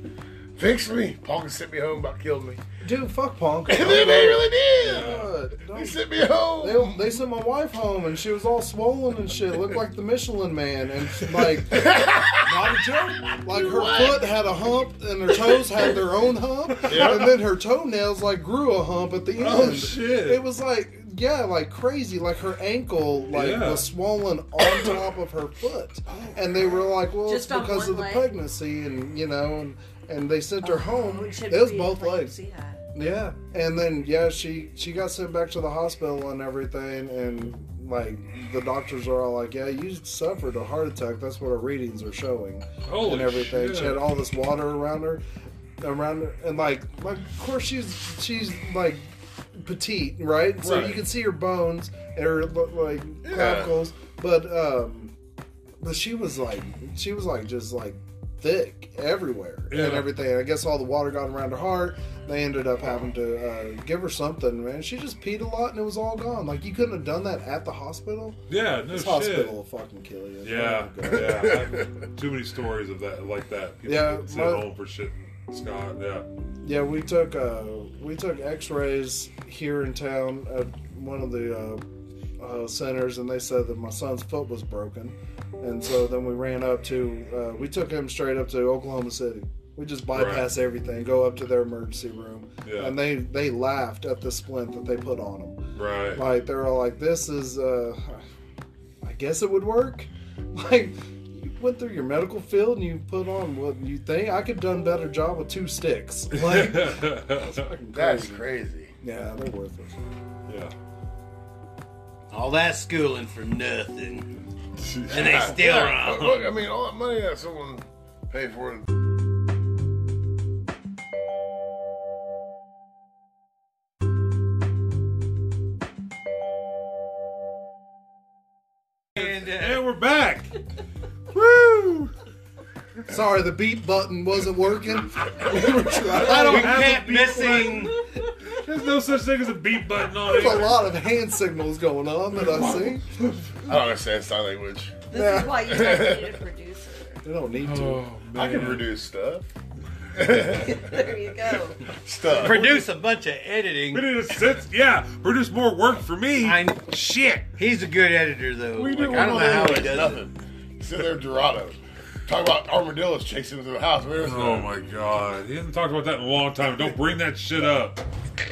Speaker 4: Fix me. Paul can sent me home about killed me.
Speaker 3: Dude, fuck punk.
Speaker 4: And then they really did.
Speaker 3: Good.
Speaker 4: They
Speaker 3: Don't-
Speaker 4: sent me home.
Speaker 3: They, they sent my wife home and she was all swollen and shit, looked like the Michelin man, and like, not a joke. Like her foot had a hump and her toes had their own hump, and then her toenails like grew a hump at the end.
Speaker 2: Oh, shit.
Speaker 3: It was like, yeah, like crazy. Like her ankle, like
Speaker 2: Yeah. Oh,
Speaker 3: was swollen on top of her foot, and they were like, well,
Speaker 1: Just
Speaker 3: it's
Speaker 1: on
Speaker 3: because
Speaker 1: one
Speaker 3: of the
Speaker 1: leg?
Speaker 3: pregnancy, and you know, and and they sent her home.
Speaker 1: We should
Speaker 3: It was
Speaker 1: be-
Speaker 3: both
Speaker 1: like,
Speaker 3: legs.
Speaker 1: see that.
Speaker 3: Yeah, and then yeah, she she got sent back to the hospital and everything, and like the doctors are all like, "Yeah, you suffered a heart attack. That's what our readings are showing."
Speaker 2: Holy
Speaker 3: and everything.
Speaker 2: shit.
Speaker 3: She had all this water around her, around her, and like, like of course she's she's like petite, right? So
Speaker 2: Right.
Speaker 3: you can see her bones and her lo- like
Speaker 4: Yeah.
Speaker 3: clavicles, but um, but she was like she was like just like thick everywhere
Speaker 2: Yeah.
Speaker 3: and everything. I guess all the water got around her heart. They ended up having to uh, give her something, man. She just peed a lot and it was all gone. Like you couldn't have done that at the hospital.
Speaker 2: yeah, no
Speaker 3: This
Speaker 2: Oh, shit.
Speaker 3: hospital will fucking kill you.
Speaker 2: Yeah,
Speaker 3: Oh my God.
Speaker 2: yeah. I have too many stories of that, like that. People
Speaker 3: Yeah,
Speaker 2: getting
Speaker 3: my-
Speaker 2: sent home for shit. Scott, yeah.
Speaker 3: Yeah, we took uh, we took X-rays here in town at one of the uh, uh, centers, and they said that my son's foot was broken, and so then we ran up to uh, we took him straight up to Oklahoma City. We just bypass everything, go up to their emergency room,
Speaker 2: Yeah.
Speaker 3: and they they laughed at the splint that they put on him.
Speaker 2: Right.
Speaker 3: Like they're all like, "This is, uh, I guess it would work." Like you went through your medical field and you put on what you think. I could have done a better job with two sticks. Like fucking
Speaker 4: That's
Speaker 3: crazy.
Speaker 4: crazy.
Speaker 3: Yeah, they're worth it.
Speaker 2: yeah.
Speaker 6: All that schooling for nothing. And they
Speaker 4: Yeah,
Speaker 6: still
Speaker 4: yeah.
Speaker 6: wrong.
Speaker 4: Look, I mean, all that money that someone paid for it.
Speaker 6: And, uh,
Speaker 2: And we're back. Woo!
Speaker 3: Sorry, the beep button wasn't working. we were trying.
Speaker 2: I don't
Speaker 6: we
Speaker 2: have a
Speaker 6: kept
Speaker 2: beat
Speaker 6: missing.
Speaker 2: There's no such thing as a beat button on
Speaker 3: There's a
Speaker 2: it.
Speaker 3: lot of hand signals going on that I see.
Speaker 4: I don't understand sign language.
Speaker 1: This is why you guys need a producer.
Speaker 3: They don't need to.
Speaker 2: Oh,
Speaker 4: I can reduce stuff.
Speaker 1: there you go.
Speaker 4: Stuff.
Speaker 6: Produce a bunch of editing.
Speaker 2: We need a sense. Yeah, produce more work for me.
Speaker 6: I-
Speaker 2: Shit.
Speaker 6: He's a good editor though.
Speaker 4: We
Speaker 6: Like,
Speaker 4: do.
Speaker 6: I don't know how he does it.
Speaker 4: nothing. Sit there, Dorado. Talk about armadillos chasing him through the house. Where is
Speaker 2: Oh
Speaker 4: that?
Speaker 2: my god. He hasn't talked about that in a long time. Don't bring that shit up.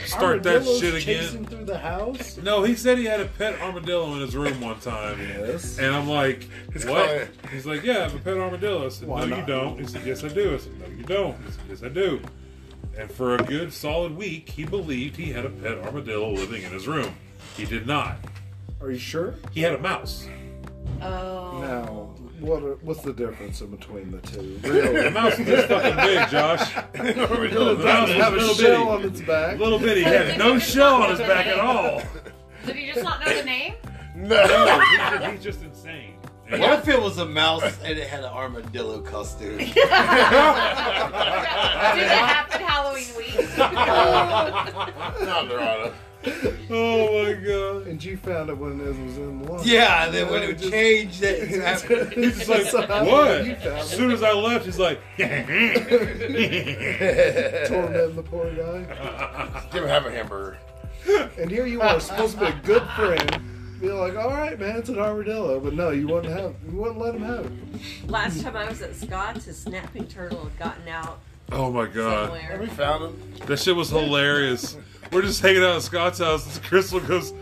Speaker 2: Start that
Speaker 3: Armadillos
Speaker 2: shit again.
Speaker 3: Chasing through the house.
Speaker 2: No, he said he had a pet armadillo in his room one time.
Speaker 3: Yes.
Speaker 2: And I'm like,
Speaker 4: He's
Speaker 2: what?
Speaker 4: quiet.
Speaker 2: He's like, yeah, I have a pet armadillo. I said,
Speaker 3: Why
Speaker 2: no, you
Speaker 3: not?
Speaker 2: don't. He said, yes, I do. I said, no, you don't. He said, yes, I do. And for a good solid week, he believed he had a pet armadillo living in his room. He did not.
Speaker 3: Are you sure?
Speaker 2: He had a mouse.
Speaker 1: Oh.
Speaker 3: Now, what are, what's the difference in between the two?
Speaker 2: The
Speaker 3: Really?
Speaker 2: mouse was this fucking big, Josh.
Speaker 3: It
Speaker 4: Armadillo.
Speaker 3: doesn't have a
Speaker 2: Little bitty.
Speaker 3: shell on its back.
Speaker 2: Little bitty he had no shell on his back at all.
Speaker 7: Did you just not know the name?
Speaker 4: No.
Speaker 2: No, he's just, he's just insane. And-
Speaker 6: What if it was a mouse and it had an armadillo costume?
Speaker 7: Did it happen Halloween week?
Speaker 4: Not Dorado.
Speaker 2: Oh my god.
Speaker 3: And you found it when it was in one.
Speaker 6: yeah, then when it would change that it happened.
Speaker 2: He's just like, what? As soon as I left, he's like,
Speaker 3: Tormenting the poor guy.
Speaker 4: Give him half a hamburger.
Speaker 3: And here you are, supposed to be a good friend. Be like, all right, man, it's an armadillo, but no, you wouldn't have, you wouldn't let him have it.
Speaker 1: Last time I was at Scott's, his snapping turtle had gotten out
Speaker 2: oh my god.
Speaker 1: somewhere.
Speaker 4: We found him.
Speaker 2: That shit was hilarious. We're just hanging out at Scott's house. and Crystal goes,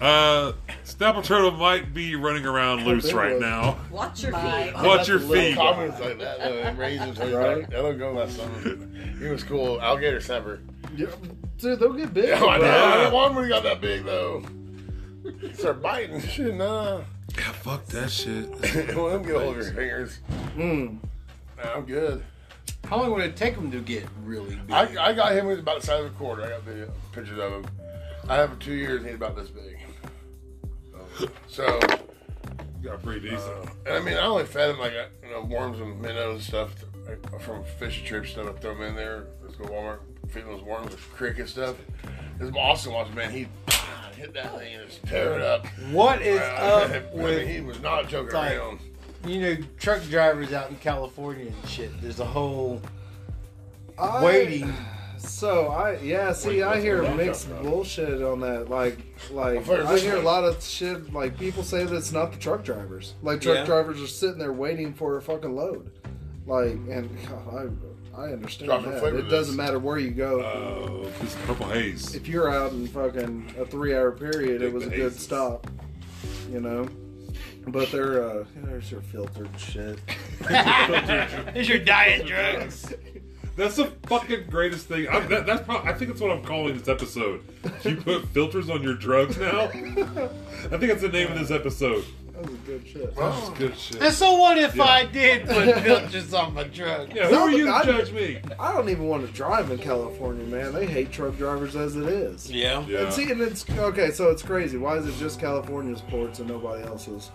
Speaker 2: uh, Snapple Turtle might be running around loose right now.
Speaker 1: Watch your
Speaker 5: Bye.
Speaker 1: feet.
Speaker 2: Watch your feet.
Speaker 4: Comments like that, though, and raisins.
Speaker 3: Right.
Speaker 4: Right? That'll go last summer. He was cool. Alligator snapper.
Speaker 3: Yeah, dude, they'll get big.
Speaker 4: Oh, I know.
Speaker 3: bro.
Speaker 4: I didn't want him when he got that big, though. Start biting. Shit, nah.
Speaker 2: Yeah, fuck that shit.
Speaker 4: One of them get a hold of your fingers.
Speaker 3: Mm.
Speaker 4: Nah, I'm good.
Speaker 6: How long would it take him to get really big?
Speaker 4: I, I got him. He was about the size of a quarter. I got video pictures of him. I have him two years. and He's about this big. So,
Speaker 2: Got pretty decent.
Speaker 4: and I mean, I only fed him like uh, you know worms and minnows and stuff uh, from fish trips stuff. I throw them in there. Let's go Walmart. Feed him those worms with cricket stuff. It's awesome. Watching man, he hit that thing and just tear it up.
Speaker 6: what is
Speaker 4: I
Speaker 6: up
Speaker 4: mean,
Speaker 6: with
Speaker 4: he was not joking
Speaker 6: Like-
Speaker 4: around.
Speaker 6: you know truck drivers out in California and shit? There's a whole
Speaker 3: I-
Speaker 6: waiting.
Speaker 3: So I yeah, see,
Speaker 4: Wait,
Speaker 3: I
Speaker 4: what's
Speaker 3: hear
Speaker 4: going on?
Speaker 3: mixed bullshit on that. Like, like
Speaker 4: Well, first,
Speaker 3: I hear a
Speaker 4: listen.
Speaker 3: lot of shit. Like people say that it's not the truck drivers. Like truck
Speaker 6: Yeah.
Speaker 3: drivers are sitting there waiting for a fucking load. Like, and God, I I understand
Speaker 4: Drop the
Speaker 3: that.
Speaker 4: flavor Uh,
Speaker 3: It doesn't
Speaker 4: notes.
Speaker 3: matter where you go.
Speaker 2: Oh, this purple haze.
Speaker 3: if you're out in fucking a three hour period, it
Speaker 2: Big
Speaker 3: was a good
Speaker 2: bases.
Speaker 3: stop. You know. But they're uh, there's your filtered shit.
Speaker 6: There's your diet drugs.
Speaker 2: That's the fucking greatest thing. I, that, that's probably, I think that's what I'm calling this episode. You put filters on your drugs now. I think that's the name of this episode.
Speaker 3: That was a good shit.
Speaker 2: That's good shit.
Speaker 6: And so what if I did put filters on my drug?
Speaker 2: Yeah, who are you to
Speaker 3: I-
Speaker 2: judge me?
Speaker 3: I don't even want to drive in California, man. They hate truck drivers as it is.
Speaker 6: Yeah.
Speaker 2: Yeah.
Speaker 3: And see, and it's okay. So it's crazy. Why is it just California's ports and nobody else's?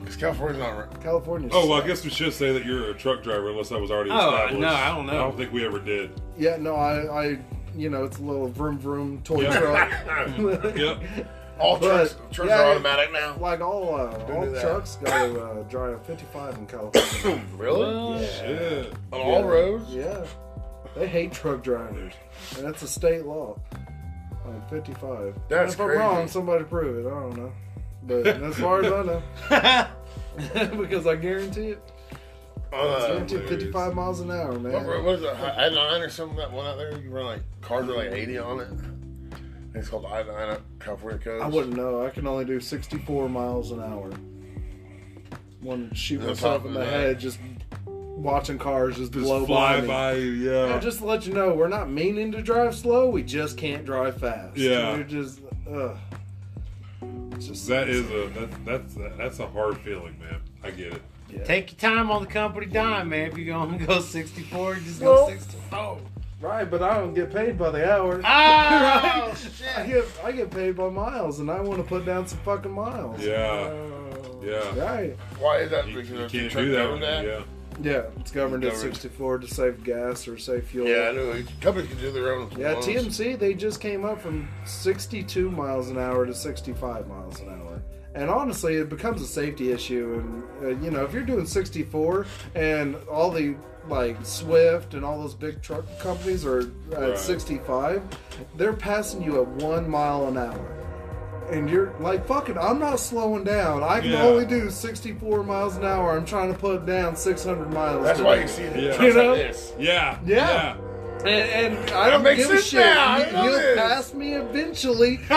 Speaker 4: Because California's not right.
Speaker 3: California.
Speaker 2: Oh, well, I
Speaker 3: sucks.
Speaker 2: guess we should say that you're a truck driver, unless that was already
Speaker 6: Oh,
Speaker 2: established.
Speaker 6: no, I don't know.
Speaker 2: I don't think we ever did.
Speaker 3: Yeah, no, I, I, you know, it's a little vroom vroom toy truck.
Speaker 2: Yep.
Speaker 4: All
Speaker 3: But,
Speaker 4: trucks, trucks
Speaker 3: yeah,
Speaker 4: are
Speaker 3: yeah.
Speaker 4: automatic now.
Speaker 3: Like all, uh, all
Speaker 4: do that.
Speaker 3: trucks go to uh, drive 55 in California.
Speaker 4: Really?
Speaker 2: Yeah.
Speaker 4: On all roads?
Speaker 3: yeah, they hate truck drivers, and that's a state law. Like 55.
Speaker 4: That's
Speaker 3: if I'm
Speaker 4: crazy.
Speaker 3: wrong, somebody prove it. I don't know, but as far as I know, because I guarantee it.
Speaker 4: Uh,
Speaker 3: Guarantee 55 miles an hour, man.
Speaker 4: what, what is it? Hi- Iodine or something? That one out there? You run like cars with like 80 on it. I think It's called iodine up California codes.
Speaker 3: I wouldn't know. I can only do 64 miles an hour. One shoot
Speaker 4: The
Speaker 3: myself
Speaker 4: top
Speaker 3: in
Speaker 4: of
Speaker 3: the
Speaker 4: that.
Speaker 3: head, just watching cars just,
Speaker 2: Just
Speaker 3: blow
Speaker 2: fly
Speaker 3: by. me.
Speaker 2: by you,
Speaker 3: No,
Speaker 2: yeah.
Speaker 3: just to let you know, we're not meaning to drive slow. We just can't drive fast.
Speaker 2: Yeah.
Speaker 3: we're just. Ugh. It's just
Speaker 2: that is a that, that's that's a hard feeling, man. I get it.
Speaker 3: yeah.
Speaker 6: Take your time on the company dime, man. If you're gonna go 64, just
Speaker 3: Well-
Speaker 6: go 64.
Speaker 3: right, but I don't get paid by the hour.
Speaker 6: Oh,
Speaker 3: I
Speaker 6: shit.
Speaker 3: get I get paid by miles, and I want to put down some fucking miles.
Speaker 2: Yeah.
Speaker 3: Oh.
Speaker 2: Yeah.
Speaker 3: Right.
Speaker 4: Why is that?
Speaker 2: You,
Speaker 4: Because
Speaker 2: you
Speaker 4: there's
Speaker 2: can't
Speaker 4: truck
Speaker 2: do that.
Speaker 4: drivers
Speaker 2: with
Speaker 4: that?
Speaker 2: it, Yeah.
Speaker 3: Yeah, it's governed at
Speaker 4: Governed.
Speaker 3: 64 to save gas or save fuel.
Speaker 4: Yeah, I know. Companies can do their own.
Speaker 3: Yeah,
Speaker 4: ones.
Speaker 3: TMC, they just came up from 62 miles an hour to 65 miles an hour. And honestly, it becomes a safety issue. And uh, you know, if you're doing 64 and all the like Swift and all those big truck companies are at
Speaker 2: Right.
Speaker 3: 65, they're passing you at one mile an hour. And you're like, fucking, I'm not slowing down. I can
Speaker 2: Yeah.
Speaker 3: only do 64 miles an hour. I'm trying to put down 600 miles.
Speaker 4: That's
Speaker 3: today.
Speaker 4: why you see the
Speaker 2: Yeah.
Speaker 4: trucks
Speaker 3: You know?
Speaker 4: like this.
Speaker 2: Yeah.
Speaker 3: Yeah. And, and I don't
Speaker 4: makes
Speaker 3: give a
Speaker 4: sense
Speaker 3: shit.
Speaker 4: now. I know
Speaker 3: You, will
Speaker 4: this.
Speaker 3: pass me eventually.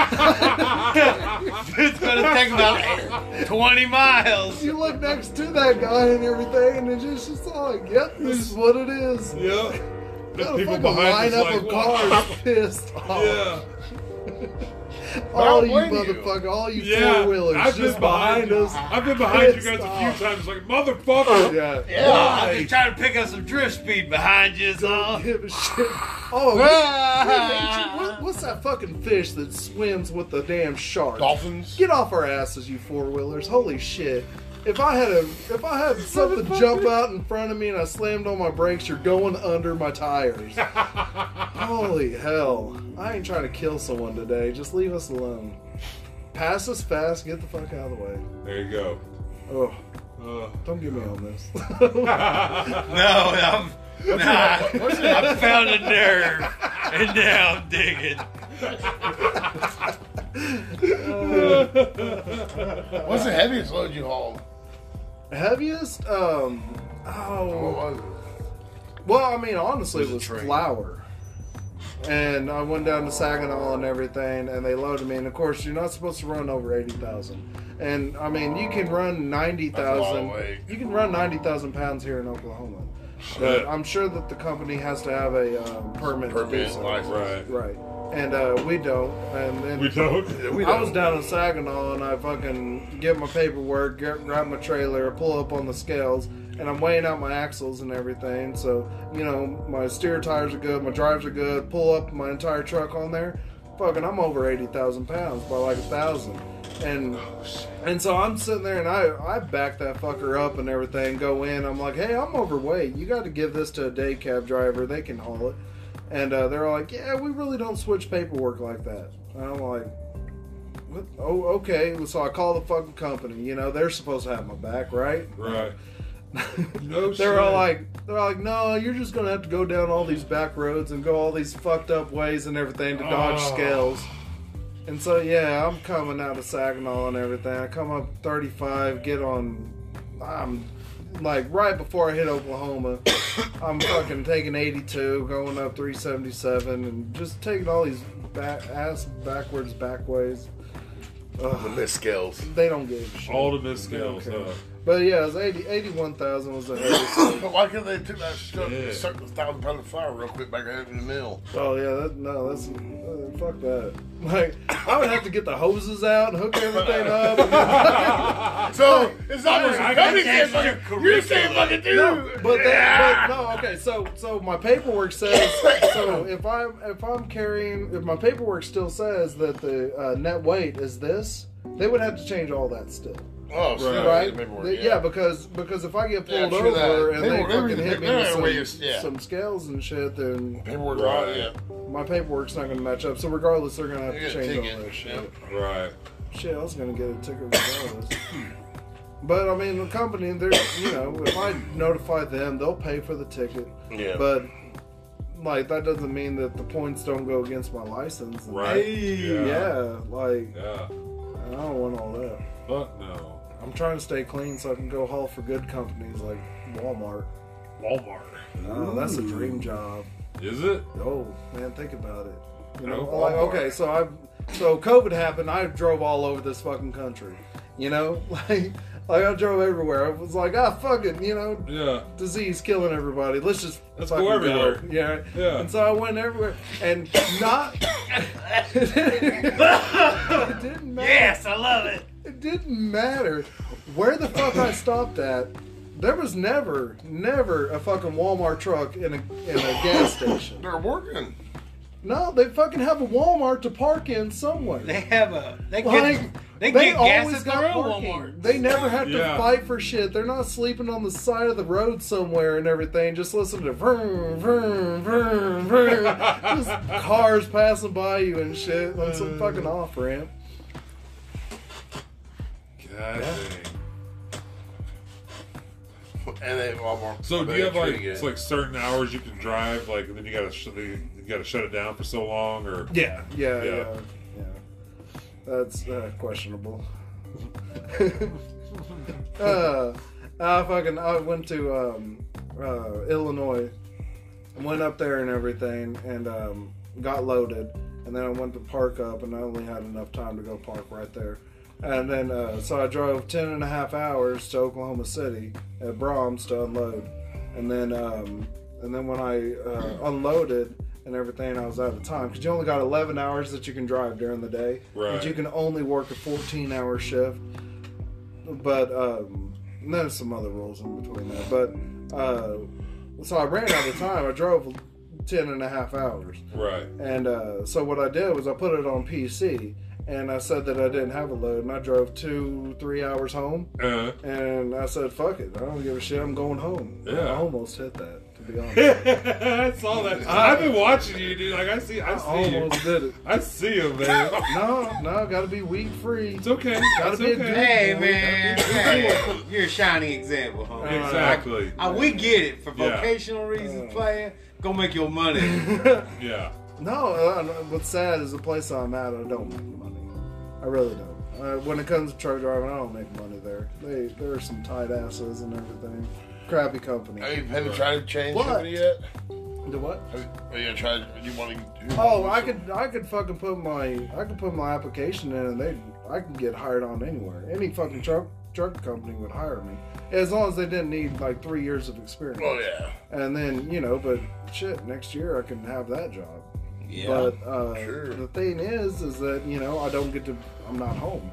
Speaker 6: It's gonna take about 20 miles.
Speaker 3: you look next to that guy and everything, and it's just, just like, yep, this is what it is.
Speaker 2: Yeah.
Speaker 3: Got
Speaker 2: The
Speaker 3: a
Speaker 2: people
Speaker 3: fucking
Speaker 2: behind
Speaker 3: lineup
Speaker 2: us like,
Speaker 3: of
Speaker 2: "Wow."
Speaker 3: cars pissed off.
Speaker 2: Yeah.
Speaker 3: All
Speaker 4: I
Speaker 3: you
Speaker 4: blame you.
Speaker 3: motherfucker, all you
Speaker 2: Yeah.
Speaker 3: four wheelers
Speaker 2: I've
Speaker 3: just
Speaker 2: been behind
Speaker 3: behind
Speaker 2: us.
Speaker 3: us.
Speaker 2: I've been behind you
Speaker 3: Pissed
Speaker 2: guys a
Speaker 3: off.
Speaker 2: few times. Like, motherfucker.
Speaker 3: Yeah.
Speaker 4: Yeah.
Speaker 6: Oh, I'm just trying to pick up some drift speed behind you,
Speaker 3: Don't
Speaker 6: so.
Speaker 3: give a shit. Oh, what- what- what's that fucking fish that swims with the damn shark?
Speaker 4: Dolphins.
Speaker 3: Get off our asses, you four wheelers! Holy shit! If I had a, if I had something jump out in front of me and I slammed on my brakes, you're going under my tires. Holy hell! I ain't trying to kill someone today. Just leave us alone. Pass us fast. Get the fuck out of the way.
Speaker 2: There you go.
Speaker 3: Oh,
Speaker 2: Uh,
Speaker 3: don't get me on this.
Speaker 6: No, I'm. Nah, I found a nerve, and now I'm digging.
Speaker 4: What's the heaviest load you hauled?
Speaker 3: Heaviest? Um.
Speaker 4: What
Speaker 3: Oh.
Speaker 4: was it?
Speaker 3: Well, I mean, honestly, it
Speaker 4: It
Speaker 3: was
Speaker 4: was a train.
Speaker 3: flour. And I went down to Saginaw and everything, and they loaded me. And of course, you're not supposed to run over eighty thousand. And I mean, you can run ninety thousand.
Speaker 4: weight.
Speaker 3: You can run ninety thousand pounds here in Oklahoma.
Speaker 2: Shit.
Speaker 3: But I'm sure that the company has to have a uh, permit. to do
Speaker 4: Permit,
Speaker 3: so.
Speaker 4: license.
Speaker 2: right.
Speaker 3: Right. And uh, we don't. And then
Speaker 2: We don't.
Speaker 4: We
Speaker 3: I was
Speaker 4: don't-
Speaker 3: down in Saginaw and I fucking get my paperwork, get, grab my trailer, pull up on the scales, and I'm weighing out my axles and everything. So, you know, my steer tires are good, my drives are good, pull up my entire truck on there. Fucking, I'm over 80,000 pounds by like a thousand. And and so I'm sitting there and I, I back that fucker up and everything, go in. I'm like, hey, I'm overweight. You got to give this to a day cab driver, they can haul it. And uh, they're like, yeah, we really don't switch paperwork like that. And I'm like, what? Oh, okay. So I call the fucking company. You know, they're supposed to have my back, right?
Speaker 2: Right. No shit.
Speaker 3: They're all like, they're all like, no, you're just gonna have to go down all these back roads and go all these fucked up ways and everything to dodge
Speaker 2: Oh.
Speaker 3: scales. And so yeah, I'm coming out of Saginaw and everything. I come up 35, get on, I'm like right before I hit Oklahoma, I'm fucking taking 82, going up 377, and just taking all these back ass backwards back ways.
Speaker 4: The missed scales.
Speaker 3: They don't give a shit.
Speaker 2: all the missed scales.
Speaker 3: Okay.
Speaker 2: huh?
Speaker 3: But yeah, it was 80, 81,000 was the heaviest.
Speaker 4: But why couldn't they took that stuff
Speaker 2: Yeah.
Speaker 4: and suck the thousand pound of flour real quick back out in the mill?
Speaker 3: oh yeah, that, no, that's uh, fuck that. Like I would have to get the hoses out and hook everything up. Ah,
Speaker 4: So it's not just
Speaker 2: I-
Speaker 4: a
Speaker 2: I
Speaker 4: company
Speaker 2: think
Speaker 4: can't
Speaker 2: that's
Speaker 4: fucking. You can't fucking do.
Speaker 3: no, but,
Speaker 4: Yeah.
Speaker 3: that, but no, okay. So so my paperwork says so if I'm if I'm carrying if my paperwork still says that the uh, net weight is this, they would have to change all that still.
Speaker 4: Oh, so
Speaker 2: Right.
Speaker 4: right.
Speaker 3: right?
Speaker 4: The paperwork,
Speaker 3: They-
Speaker 4: yeah.
Speaker 3: yeah. because because if I get
Speaker 4: Yeah,
Speaker 3: pulled
Speaker 4: true that.
Speaker 3: over and
Speaker 4: They
Speaker 3: they,
Speaker 4: won't- they
Speaker 3: fucking
Speaker 4: won't-
Speaker 3: hit me
Speaker 4: they're
Speaker 3: with
Speaker 4: not
Speaker 3: some,
Speaker 4: aware of- yeah.
Speaker 3: some scales and shit, then
Speaker 4: paperwork.
Speaker 2: Right.
Speaker 4: Right. Yeah.
Speaker 3: my paperwork's not gonna match up. So regardless, they're gonna have
Speaker 4: You
Speaker 3: to
Speaker 4: get a
Speaker 3: change all
Speaker 4: ticket,
Speaker 3: that shit.
Speaker 2: Right.
Speaker 3: Shit, I was gonna get a ticket regardless. but I mean, the company, they're you know, if I notify them, they'll pay for the ticket.
Speaker 4: Yeah.
Speaker 3: But like that doesn't mean that the points don't go against my license.
Speaker 2: Right.
Speaker 3: Yeah, like
Speaker 2: Yeah.
Speaker 3: I don't want all that.
Speaker 2: Fuck no.
Speaker 3: I'm trying to stay clean so I can go haul for good companies like Walmart.
Speaker 2: Walmart.
Speaker 3: Oh, that's a dream job.
Speaker 2: Is it?
Speaker 3: Oh man, think about it. You know,
Speaker 2: Oh,
Speaker 3: like
Speaker 2: Walmart.
Speaker 3: okay, so I, so COVID happened. I drove all over this fucking country. You know, like like I drove everywhere. I was like, ah, fuck it. You know,
Speaker 2: Yeah.
Speaker 3: disease killing everybody. Let's just
Speaker 2: Let's
Speaker 3: fucking
Speaker 2: go everywhere.
Speaker 3: Yeah.
Speaker 2: Yeah.
Speaker 3: And so I went everywhere, and not. it didn't matter.
Speaker 6: Yes, I love it.
Speaker 3: It didn't matter where the fuck I stopped at. There was never, never a fucking Walmart truck in a in a gas station.
Speaker 4: They're working.
Speaker 3: No, they fucking have a Walmart to park in
Speaker 6: They
Speaker 3: somewhere.
Speaker 6: have a. They get.
Speaker 3: Like,
Speaker 6: they get gas at their own Walmart.
Speaker 3: They never have
Speaker 2: Yeah.
Speaker 3: to fight for shit. They're not sleeping on the side of the road somewhere and everything. Just listen to vroom, vroom, vroom, vroom. Just cars passing by you and shit on some fucking off ramp.
Speaker 2: I
Speaker 3: Yeah.
Speaker 2: see.
Speaker 4: And they have a lot more.
Speaker 2: So do
Speaker 4: they
Speaker 2: you have like
Speaker 4: treat
Speaker 2: it's
Speaker 4: it.
Speaker 2: like certain hours you can drive, like and then you gotta sh- you gotta shut it down for so long, or
Speaker 3: Yeah, yeah,
Speaker 2: Yeah.
Speaker 3: yeah, yeah. That's uh, questionable. uh, I fucking I went to um, uh, Illinois, went up there and everything, and um, got loaded, and then I went to park up, and I only had enough time to go park right there. And then, uh, so I drove 10 and a half hours to Oklahoma City at Brahms to unload. And then, um, and then when I uh, unloaded and everything, I was out of time because you only got 11 hours that you can drive during the day.
Speaker 2: Right.
Speaker 3: But you can only work a 14 hour shift. But um, and there's some other rules in between there. But uh, so I ran out of time. I drove 10 and a half hours.
Speaker 2: right?
Speaker 3: And uh, so what I did was I put it on PC, and I said that I didn't have a load, and I drove two, three hours home,
Speaker 2: Uh,
Speaker 3: and I said, "Fuck it, I don't give a shit, I'm going home."
Speaker 2: Yeah.
Speaker 3: I almost hit that, to be honest.
Speaker 2: I saw that. I've been watching you, dude. Like I see, I
Speaker 3: I
Speaker 2: see you.
Speaker 3: almost did it.
Speaker 2: I see you, man.
Speaker 3: No, no, gotta be weed free.
Speaker 2: It's okay.
Speaker 3: Gotta
Speaker 2: It's
Speaker 3: be a
Speaker 2: okay.
Speaker 3: dude.
Speaker 6: Hey man, hey, you're a shining example, homie.
Speaker 2: Exactly.
Speaker 6: Uh, we get it for
Speaker 2: Yeah.
Speaker 6: vocational reasons.
Speaker 3: Uh.
Speaker 6: Playing, go make your money.
Speaker 2: Yeah.
Speaker 3: No, uh, what's sad is the place I'm at, I don't make money. I really don't. Uh, when it comes to truck driving, I don't make money there. They there are some tight asses and everything. Crappy company.
Speaker 4: Have you, have you tried to change
Speaker 3: What?
Speaker 4: company yet?
Speaker 3: Do what?
Speaker 4: Have you, have you tried? You want to? do-
Speaker 3: Oh, I could I could fucking put my I could put my application in and they I can get hired on anywhere. Any fucking truck truck company would hire me as long as they didn't need like three years of experience.
Speaker 4: Oh yeah.
Speaker 3: And then you know, but shit, next year I can have that job.
Speaker 6: Yeah.
Speaker 3: but uh,
Speaker 4: sure.
Speaker 3: the thing is, is that you know I don't get to I'm not home,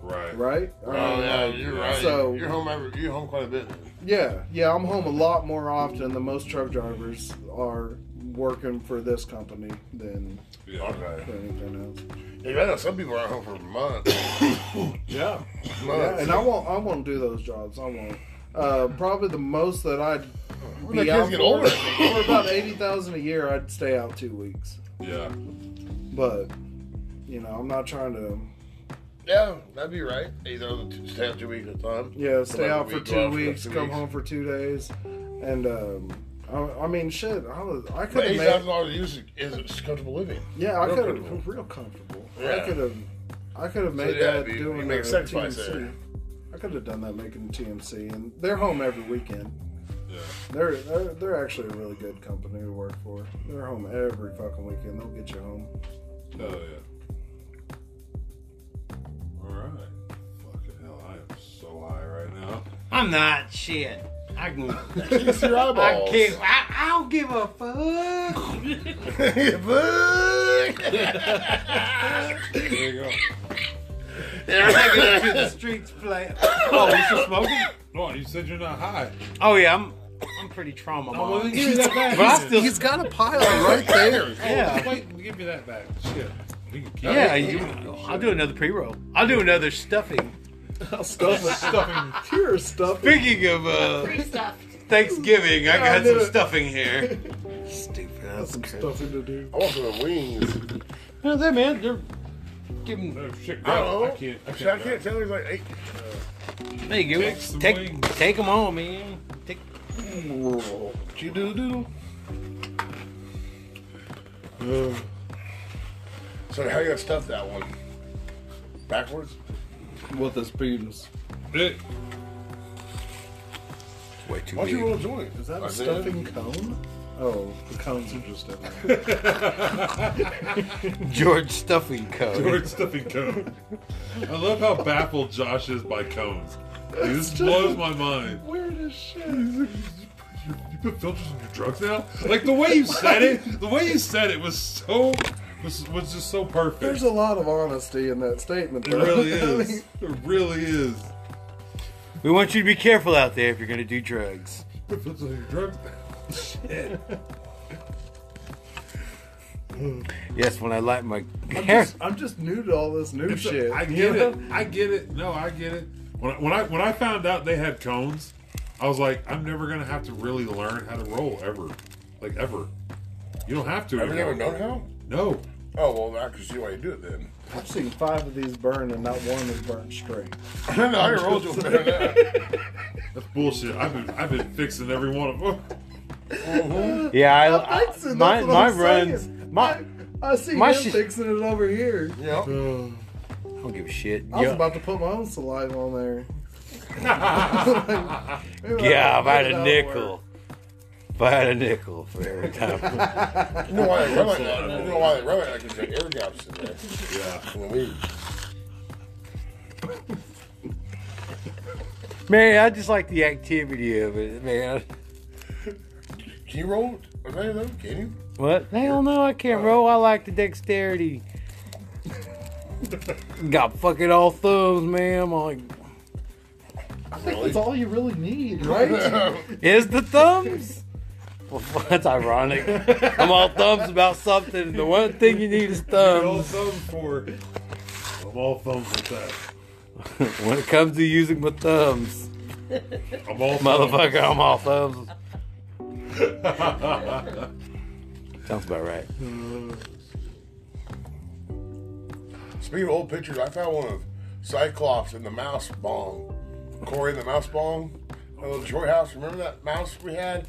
Speaker 2: Right.
Speaker 3: right?
Speaker 4: Oh
Speaker 3: Um,
Speaker 4: yeah, you're right.
Speaker 3: So-
Speaker 4: you're home. Every, you're home quite a bit.
Speaker 3: Yeah, yeah, I'm home a lot more often than most truck drivers are working for this company than
Speaker 2: Yeah.
Speaker 4: Okay.
Speaker 3: for anything else.
Speaker 4: Yeah, I know some people aren't home for months.
Speaker 2: Yeah.
Speaker 3: Yeah,
Speaker 4: months.
Speaker 3: and I won't. I won't do those jobs. I won't. Uh, probably the most that I'd
Speaker 4: When
Speaker 3: be
Speaker 4: the
Speaker 3: out
Speaker 4: kids get
Speaker 3: for-
Speaker 4: older.
Speaker 3: for about eighty thousand a year. I'd stay out two weeks,
Speaker 2: Yeah.
Speaker 3: but you know I'm not trying to.
Speaker 4: yeah, that'd be right. Either stay out two weeks at a time.
Speaker 3: Yeah, stay
Speaker 4: Come
Speaker 3: out
Speaker 4: a
Speaker 3: for
Speaker 4: week, go
Speaker 3: two
Speaker 4: out
Speaker 3: weeks,
Speaker 4: two
Speaker 3: come
Speaker 4: weeks.
Speaker 3: home for two days, and um, I, I mean shit. I was I
Speaker 4: But
Speaker 3: could
Speaker 4: eight
Speaker 3: have
Speaker 4: thousand
Speaker 3: made.
Speaker 4: dollars a year is, is comfortable living.
Speaker 3: Yeah, I
Speaker 4: real
Speaker 3: could have
Speaker 4: comfortable.
Speaker 3: real comfortable. I
Speaker 4: Yeah.
Speaker 3: could have. I could have made
Speaker 4: yeah,
Speaker 3: that
Speaker 4: you- you
Speaker 3: doing
Speaker 4: make
Speaker 3: uh,
Speaker 4: sacrifice
Speaker 3: TMC.
Speaker 4: there.
Speaker 3: I could have done that making TMC, and they're home every weekend.
Speaker 2: Yeah.
Speaker 3: They're, they're they're actually a really good company to work for. They're home every fucking weekend. They'll get you home.
Speaker 2: Oh yeah. All right. Fucking hell, I am so high right now.
Speaker 6: I'm not shit. I can.
Speaker 4: Kiss your
Speaker 6: I
Speaker 4: eyeballs.
Speaker 6: can't. I, I don't give a fuck.
Speaker 2: There you go.
Speaker 6: I get to the streets play. Oh, you still smoking?
Speaker 2: No, you said you're not high.
Speaker 6: Oh yeah, I'm. I'm pretty trauma.
Speaker 2: Oh,
Speaker 6: bond.
Speaker 2: well, then give me that back.
Speaker 6: But I still.
Speaker 3: He's got a pile right there.
Speaker 6: Yeah.
Speaker 2: Wait, give me that back. Shit. You can keep
Speaker 6: Yeah,
Speaker 2: it.
Speaker 6: you, I'll do another pre-roll. I'll do another stuffing.
Speaker 3: I'll stuff it.
Speaker 2: Stuffing.
Speaker 3: You're a stuffing.
Speaker 6: Speaking of uh,
Speaker 7: Free stuff.
Speaker 6: Thanksgiving, I
Speaker 3: I
Speaker 6: got
Speaker 3: knew
Speaker 6: some
Speaker 3: it.
Speaker 6: stuffing here. Stupid.
Speaker 3: That's
Speaker 6: That's
Speaker 3: some stuffing to do.
Speaker 4: I want some wings.
Speaker 6: No, there, man. They're giving.
Speaker 2: No, Oh, shit, no,
Speaker 4: I don't know.
Speaker 2: I can't. I
Speaker 4: Shit, I
Speaker 2: can't.
Speaker 4: can't tell. He's like eight.
Speaker 6: There you go.
Speaker 2: Take some
Speaker 6: take,
Speaker 2: wings.
Speaker 6: take them all, man. Take.
Speaker 4: You do do. So how you gonna stuff that one? Backwards?
Speaker 3: With his penis.
Speaker 2: It,
Speaker 6: Way too
Speaker 4: Why don't you roll a joint?
Speaker 3: Is that a
Speaker 4: I did.
Speaker 3: stuffing cone? Oh, the cones are just everywhere.
Speaker 6: George Stuffing Co.
Speaker 2: George stuffing cone. I love how baffled Josh is by cones. Like, this blows my mind.
Speaker 3: Weird as shit.
Speaker 2: He's like, You you put filters on your drugs now? Like the way you said it, the way you said it was so was was just so perfect.
Speaker 3: There's a lot of honesty in that statement.
Speaker 2: it
Speaker 3: though.
Speaker 2: really
Speaker 3: I mean,
Speaker 2: is. It really is.
Speaker 6: We want you to be careful out there if you're gonna do drugs.
Speaker 2: Put filters on your drugs.
Speaker 6: Yes, when I light my
Speaker 3: I'm,
Speaker 6: hair.
Speaker 3: just, I'm just new to all this new
Speaker 2: It's a-
Speaker 3: shit.
Speaker 2: I
Speaker 3: you
Speaker 2: get
Speaker 3: know?
Speaker 2: it. I get it. No, I get it. When I, when I when I found out they had cones, I was like, I'm never gonna have to really learn how to roll ever, like ever. You don't have to.
Speaker 4: Have you
Speaker 2: anymore.
Speaker 4: ever known how?
Speaker 2: No.
Speaker 4: Oh well, I can see why you do it then.
Speaker 3: I've seen five of these burn and not one is burned straight.
Speaker 4: no, I can roll to better than that.
Speaker 2: That's bullshit. I've been I've been fixing every one of them.
Speaker 6: Yeah,
Speaker 3: I
Speaker 6: I,
Speaker 3: fixed
Speaker 6: I
Speaker 3: it,
Speaker 6: my
Speaker 3: that's what
Speaker 6: my
Speaker 3: I'm
Speaker 6: runs
Speaker 3: saying.
Speaker 6: my
Speaker 3: I see
Speaker 6: My
Speaker 3: him
Speaker 6: shit-
Speaker 3: fixing it over here.
Speaker 4: Yeah.
Speaker 6: I don't give a shit.
Speaker 3: I was
Speaker 6: Yeah,
Speaker 3: about to put my own saliva on there.
Speaker 6: yeah, if I
Speaker 3: That
Speaker 6: had a
Speaker 3: would
Speaker 6: nickel, if I had a nickel for every time.
Speaker 4: You know why they run like that? You know why they run like that? Because there air gaps in there.
Speaker 2: Yeah.
Speaker 4: And we,
Speaker 6: man, I just like the activity of it, man.
Speaker 4: can you roll? Was that though? Can you?
Speaker 6: What? Hell no, I can't roll. I like the dexterity. Got fucking all thumbs, man. I'm like,
Speaker 4: Really?
Speaker 3: That's all you really need, right?
Speaker 6: is the thumbs? Well, that's ironic. I'm all thumbs about something. and The one thing you need is
Speaker 2: I'm all
Speaker 6: thumbs.
Speaker 2: thumbs for. I'm all thumbs with that.
Speaker 6: When it comes to using my thumbs,
Speaker 2: I'm all
Speaker 6: motherfucker, I'm all thumbs. Sounds about right.
Speaker 4: Speaking of old pictures, I found one of Cyclops and the Mouse Bong. Corey and the Mouse Bong. That little Troy house. Remember that mouse we had?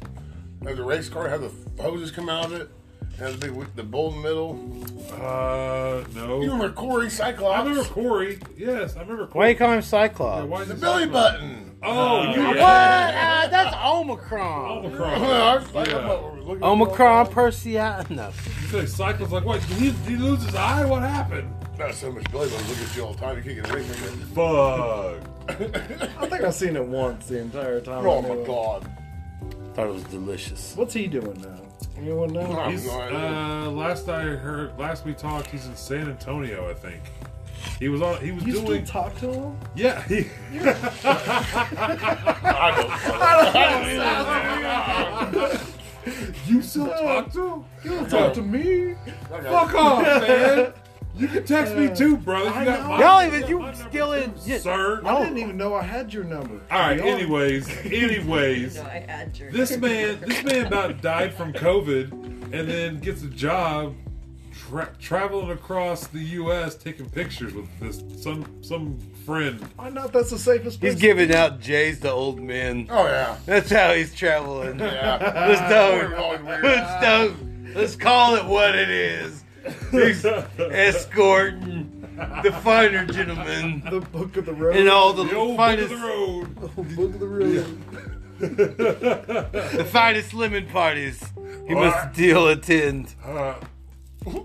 Speaker 4: Had the race car, had the hoses come out of it. Had the big, the bull in the middle.
Speaker 2: Uh, no.
Speaker 4: You remember Corey
Speaker 2: I
Speaker 4: Cyclops?
Speaker 2: remember Corey. Yes, I remember
Speaker 6: Why
Speaker 2: Corey.
Speaker 6: you call him Cyclops?
Speaker 2: Why is
Speaker 4: The
Speaker 2: it-
Speaker 4: Billy Button.
Speaker 2: Oh, you
Speaker 6: What? Uh, that's Omicron.
Speaker 4: I
Speaker 2: Omicron.
Speaker 4: was like, I thought we were looking for
Speaker 6: Oh, Omicron
Speaker 4: one.
Speaker 6: Persei. No.
Speaker 2: You say Cyclops like, what? Did he, did he lose his eye? What happened?
Speaker 4: Not so much Billy Button. Look at you all the time. You can't get away from it.
Speaker 2: Fuck.
Speaker 3: I think I've seen it once the entire time.
Speaker 4: Oh
Speaker 3: I knew
Speaker 4: my
Speaker 3: it.
Speaker 4: god.
Speaker 6: Thought it was delicious.
Speaker 3: What's he doing now? Anyone know?
Speaker 4: I have
Speaker 2: He's,
Speaker 4: no idea.
Speaker 2: uh, last I heard, last we talked, he's in San Antonio, I think. He was on. He was
Speaker 3: You still
Speaker 2: doing.
Speaker 3: talk to him?
Speaker 2: yeah. He,
Speaker 4: I don't know.
Speaker 2: you still talk to him?
Speaker 3: You don't talk to me.
Speaker 4: Like, I-
Speaker 2: Fuck off, man. You can text me too, brother. You
Speaker 3: I
Speaker 2: got
Speaker 3: know.
Speaker 2: my-
Speaker 6: Y'all even-
Speaker 2: got
Speaker 6: you
Speaker 2: my number
Speaker 6: still in-
Speaker 2: too,
Speaker 6: yeah.
Speaker 2: sir.
Speaker 3: I didn't even know I had your number.
Speaker 2: All right.
Speaker 3: Y'all-
Speaker 2: Anyways, anyways,
Speaker 1: No, I had your.
Speaker 2: this man, this man about died from COVID, and then gets a job tra- traveling across the U.S. taking pictures with this some some friend.
Speaker 3: Why not? That's the safest place.
Speaker 6: He's giving out J's to old men.
Speaker 4: Oh yeah.
Speaker 6: That's how he's traveling.
Speaker 4: Yeah.
Speaker 6: Let's
Speaker 4: We're
Speaker 6: don't.
Speaker 4: going weird.
Speaker 6: Let's don't. Let's call it what it is. He's escorting the finer gentlemen
Speaker 3: The book of the road.
Speaker 6: and all the,
Speaker 2: The old book of
Speaker 6: finest,
Speaker 2: the
Speaker 6: the,
Speaker 2: road.
Speaker 3: book of the road.
Speaker 6: finest lemon parties. He must still attend.
Speaker 4: Okay.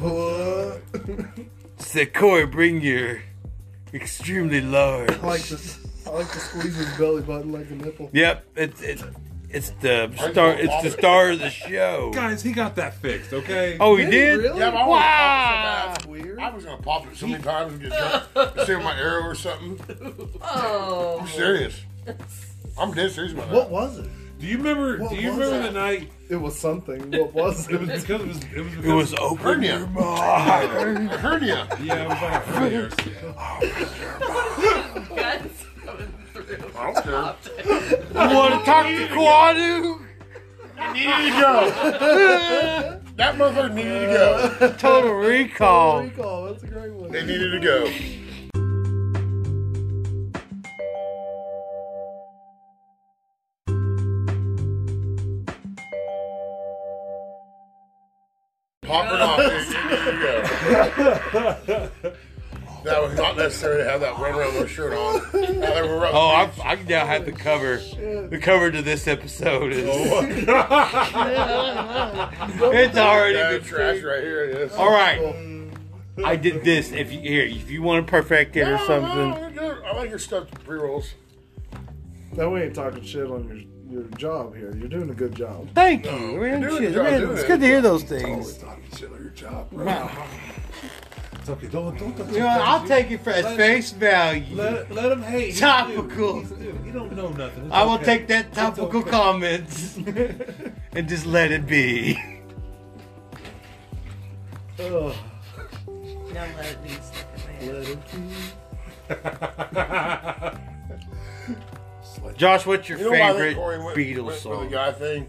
Speaker 3: What?
Speaker 6: Said Corey, bring your extremely large.
Speaker 3: I like to, I like to squeeze his belly button like a nipple.
Speaker 6: Yep, it's it's it's the star. It's the star of the show.
Speaker 2: Guys, he got that fixed, okay?
Speaker 6: Oh, he
Speaker 3: Did he
Speaker 6: did.
Speaker 3: really?
Speaker 4: Yeah, but I was
Speaker 6: Wow.
Speaker 4: popping so bad.
Speaker 3: Weird.
Speaker 4: I was gonna pop it so many times and get drunk. Send my arrow or something.
Speaker 1: Oh.
Speaker 4: I'm serious. I'm dead serious about that.
Speaker 3: What was it?
Speaker 2: do you remember?
Speaker 3: What
Speaker 2: Do you
Speaker 3: was
Speaker 2: remember
Speaker 3: that?
Speaker 2: the night?
Speaker 3: It was something. What was
Speaker 2: It was
Speaker 3: it?
Speaker 2: because it was. It was. Because,
Speaker 6: It was open
Speaker 4: Hernia.
Speaker 6: your mind.
Speaker 4: A hernia.
Speaker 2: Yeah, it was like a hernia or something.
Speaker 5: Guts coming through.
Speaker 4: I don't care.
Speaker 6: You want to talk to Kwadu?
Speaker 4: Needed to go. that motherfucker needed to go.
Speaker 6: Total Recall.
Speaker 3: Recall. That's a great one.
Speaker 4: They needed to go. Pop it off. They needed to go. That was not necessary to have that run around with a shirt on. Now they were up-
Speaker 6: Oh, I, I can now have the cover. The cover to this episode is.
Speaker 2: Oh.
Speaker 6: it's
Speaker 4: Yeah,
Speaker 6: already been
Speaker 4: trash right here. It is.
Speaker 6: All right. I did this. If you here, if you want to perfect it or
Speaker 4: No,
Speaker 6: something,
Speaker 4: no, you're good. I like your stuffed pre rolls.
Speaker 3: Now we ain't talking shit on your your job here. You're doing a good job.
Speaker 6: thank you. Man,
Speaker 4: doing
Speaker 6: shit,
Speaker 4: the job,
Speaker 6: man,
Speaker 4: doing
Speaker 6: it's
Speaker 4: it.
Speaker 6: good to hear those
Speaker 2: Always
Speaker 6: things.
Speaker 2: talking shit on your job, bro.
Speaker 6: Wow.
Speaker 2: It's okay. Don't don't. don't
Speaker 6: You know, I'll take it for at face value.
Speaker 2: Let, let him hate. He's
Speaker 6: Topical.
Speaker 2: new. He's new. He don't know nothing. It's
Speaker 6: I will
Speaker 2: okay.
Speaker 6: take that topical
Speaker 2: okay.
Speaker 6: comments and just let it be.
Speaker 3: Ugh.
Speaker 1: Now let it be stuck in my head.
Speaker 3: Let it be.
Speaker 6: Josh, what's your
Speaker 4: You know why I think
Speaker 6: favorite
Speaker 4: Corey went,
Speaker 6: Beatles
Speaker 4: went for
Speaker 6: song?
Speaker 4: the guy thing?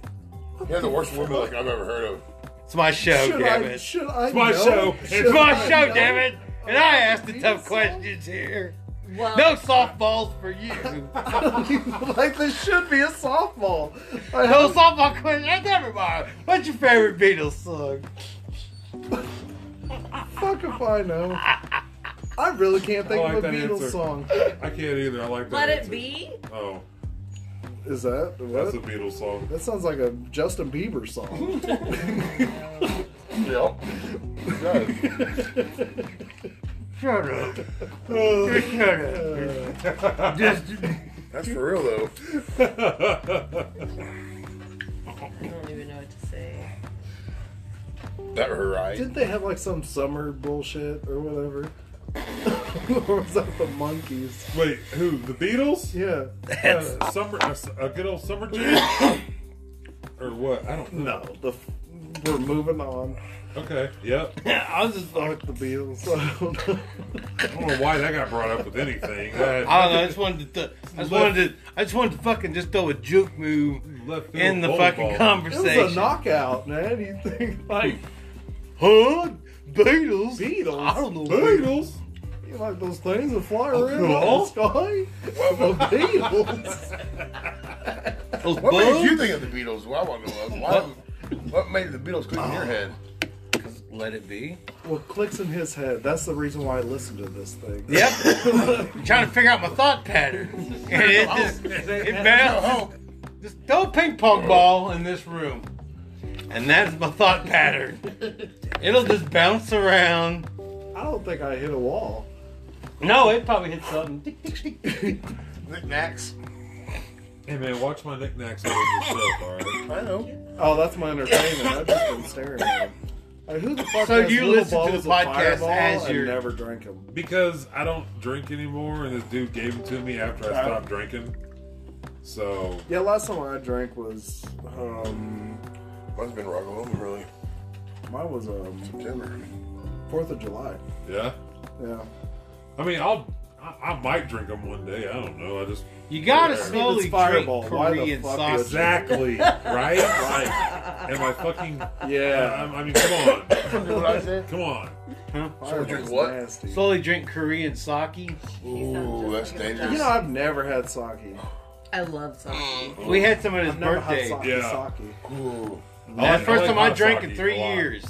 Speaker 4: He had the worst woman like I've ever heard of.
Speaker 6: It's my show,
Speaker 3: should
Speaker 6: damn
Speaker 3: I,
Speaker 6: it.
Speaker 3: Should I
Speaker 2: It's my
Speaker 3: know?
Speaker 2: show.
Speaker 3: Should
Speaker 6: It's my
Speaker 3: I
Speaker 6: show,
Speaker 3: know?
Speaker 6: damn it. And I ask the
Speaker 1: Are you
Speaker 6: tough
Speaker 1: so-
Speaker 6: questions here.
Speaker 1: Well,
Speaker 6: No softballs for you. No
Speaker 3: like this should be a softball. I hope
Speaker 6: softball questions. Never mind. What's your favorite Beatles song?
Speaker 3: fuck if I know. I really can't think
Speaker 2: I like
Speaker 3: of a
Speaker 2: that
Speaker 3: Beatles
Speaker 2: answer.
Speaker 3: song.
Speaker 2: I can't either. I like that.
Speaker 1: let it
Speaker 2: answer.
Speaker 1: be.
Speaker 2: Oh,
Speaker 3: Is that
Speaker 2: that's
Speaker 3: what?
Speaker 2: a Beatles song.
Speaker 3: that sounds like a Justin Bieber song.
Speaker 4: Yep. It does.
Speaker 6: Shut up. Shut up. Just
Speaker 4: That's for real though.
Speaker 1: I don't even know what to say.
Speaker 4: That were right.
Speaker 3: Didn't they have like some summer bullshit or whatever? or was that the monkeys?
Speaker 2: Wait, who? The Beatles?
Speaker 3: Yeah.
Speaker 2: Uh, summer, a, s- a good old summer jam, or what? I don't know.
Speaker 3: No. The f- we're moving on.
Speaker 2: Okay. Yep.
Speaker 6: I was just like,
Speaker 3: Fuck the Beatles. I don't know.
Speaker 2: I don't know why that got brought up with anything. That-
Speaker 6: I don't know. I just wanted to. th- I just wanted to. I just wanted to fucking just throw a juke move
Speaker 2: Left field
Speaker 6: in the
Speaker 2: bowling
Speaker 6: fucking
Speaker 2: ball.
Speaker 3: It
Speaker 6: conversation.
Speaker 3: was a knockout, man. You think like
Speaker 6: Huh? Beatles?
Speaker 3: Beatles?
Speaker 6: I don't know.
Speaker 2: Beatles.
Speaker 3: you like those things that fly around
Speaker 2: Oh, cool.
Speaker 3: in the sky? the Beatles.
Speaker 6: Those
Speaker 4: What made you
Speaker 6: bugs?
Speaker 4: think of the Beatles? Well, I want to know. Why, what made the Beatles click
Speaker 6: Oh.
Speaker 4: in your head?
Speaker 6: Let it be.
Speaker 3: Well, clicks in his head. That's the reason why I listen to this thing.
Speaker 6: Yep. I'm trying to figure out my thought patterns. And it just, it bounced.
Speaker 4: Oh,
Speaker 6: Just throw a ping pong ball in this room. And that's my thought pattern. It'll just bounce around.
Speaker 3: I don't think I hit a wall.
Speaker 6: No, it probably hit something. Tick, tick, tick.
Speaker 4: knickknacks.
Speaker 2: Hey man, watch my knickknacks on yourself, all right?
Speaker 4: I know.
Speaker 3: Oh, that's my entertainment. I've just been staring at him. Like, who the fuck
Speaker 6: So
Speaker 3: has
Speaker 6: you
Speaker 3: little
Speaker 6: listen to
Speaker 3: balls
Speaker 6: the
Speaker 3: of
Speaker 6: podcast
Speaker 3: Fireball
Speaker 6: as
Speaker 3: and
Speaker 6: you're-
Speaker 3: never drink them.
Speaker 2: Because I don't drink anymore, and this dude gave them to me after I stopped drinking. So
Speaker 3: Yeah, last time I drank was um,
Speaker 4: Mine's been rocking over really.
Speaker 3: mine was um
Speaker 4: September.
Speaker 3: Fourth of July.
Speaker 2: yeah,
Speaker 3: Yeah.
Speaker 2: I mean, I'll I, I might drink them one day. I don't know. I just
Speaker 6: You gotta
Speaker 2: I mean,
Speaker 6: slowly
Speaker 3: it's Fireball.
Speaker 6: drink
Speaker 3: Why the
Speaker 6: Korean
Speaker 3: fuck
Speaker 6: sausage.
Speaker 3: is that?
Speaker 2: exactly right. Like, am I fucking?
Speaker 3: Yeah.
Speaker 2: I, I mean, come
Speaker 4: You know what I said?
Speaker 2: on, come on.
Speaker 3: Fireball's
Speaker 4: drink what?
Speaker 3: Nasty.
Speaker 6: Slowly drink Korean sake.
Speaker 4: Ooh, that's dangerous.
Speaker 3: You know, I've never had sake.
Speaker 1: I love something.
Speaker 6: We had some at his
Speaker 3: I've never had
Speaker 6: birthday.
Speaker 3: sake.
Speaker 2: Yeah.
Speaker 3: sake.
Speaker 4: Ooh.
Speaker 2: I
Speaker 6: That's
Speaker 2: like-
Speaker 6: the first
Speaker 2: I like
Speaker 6: time I
Speaker 2: hot
Speaker 6: drank
Speaker 2: sake
Speaker 6: in
Speaker 2: a
Speaker 6: three
Speaker 2: lot.
Speaker 6: years.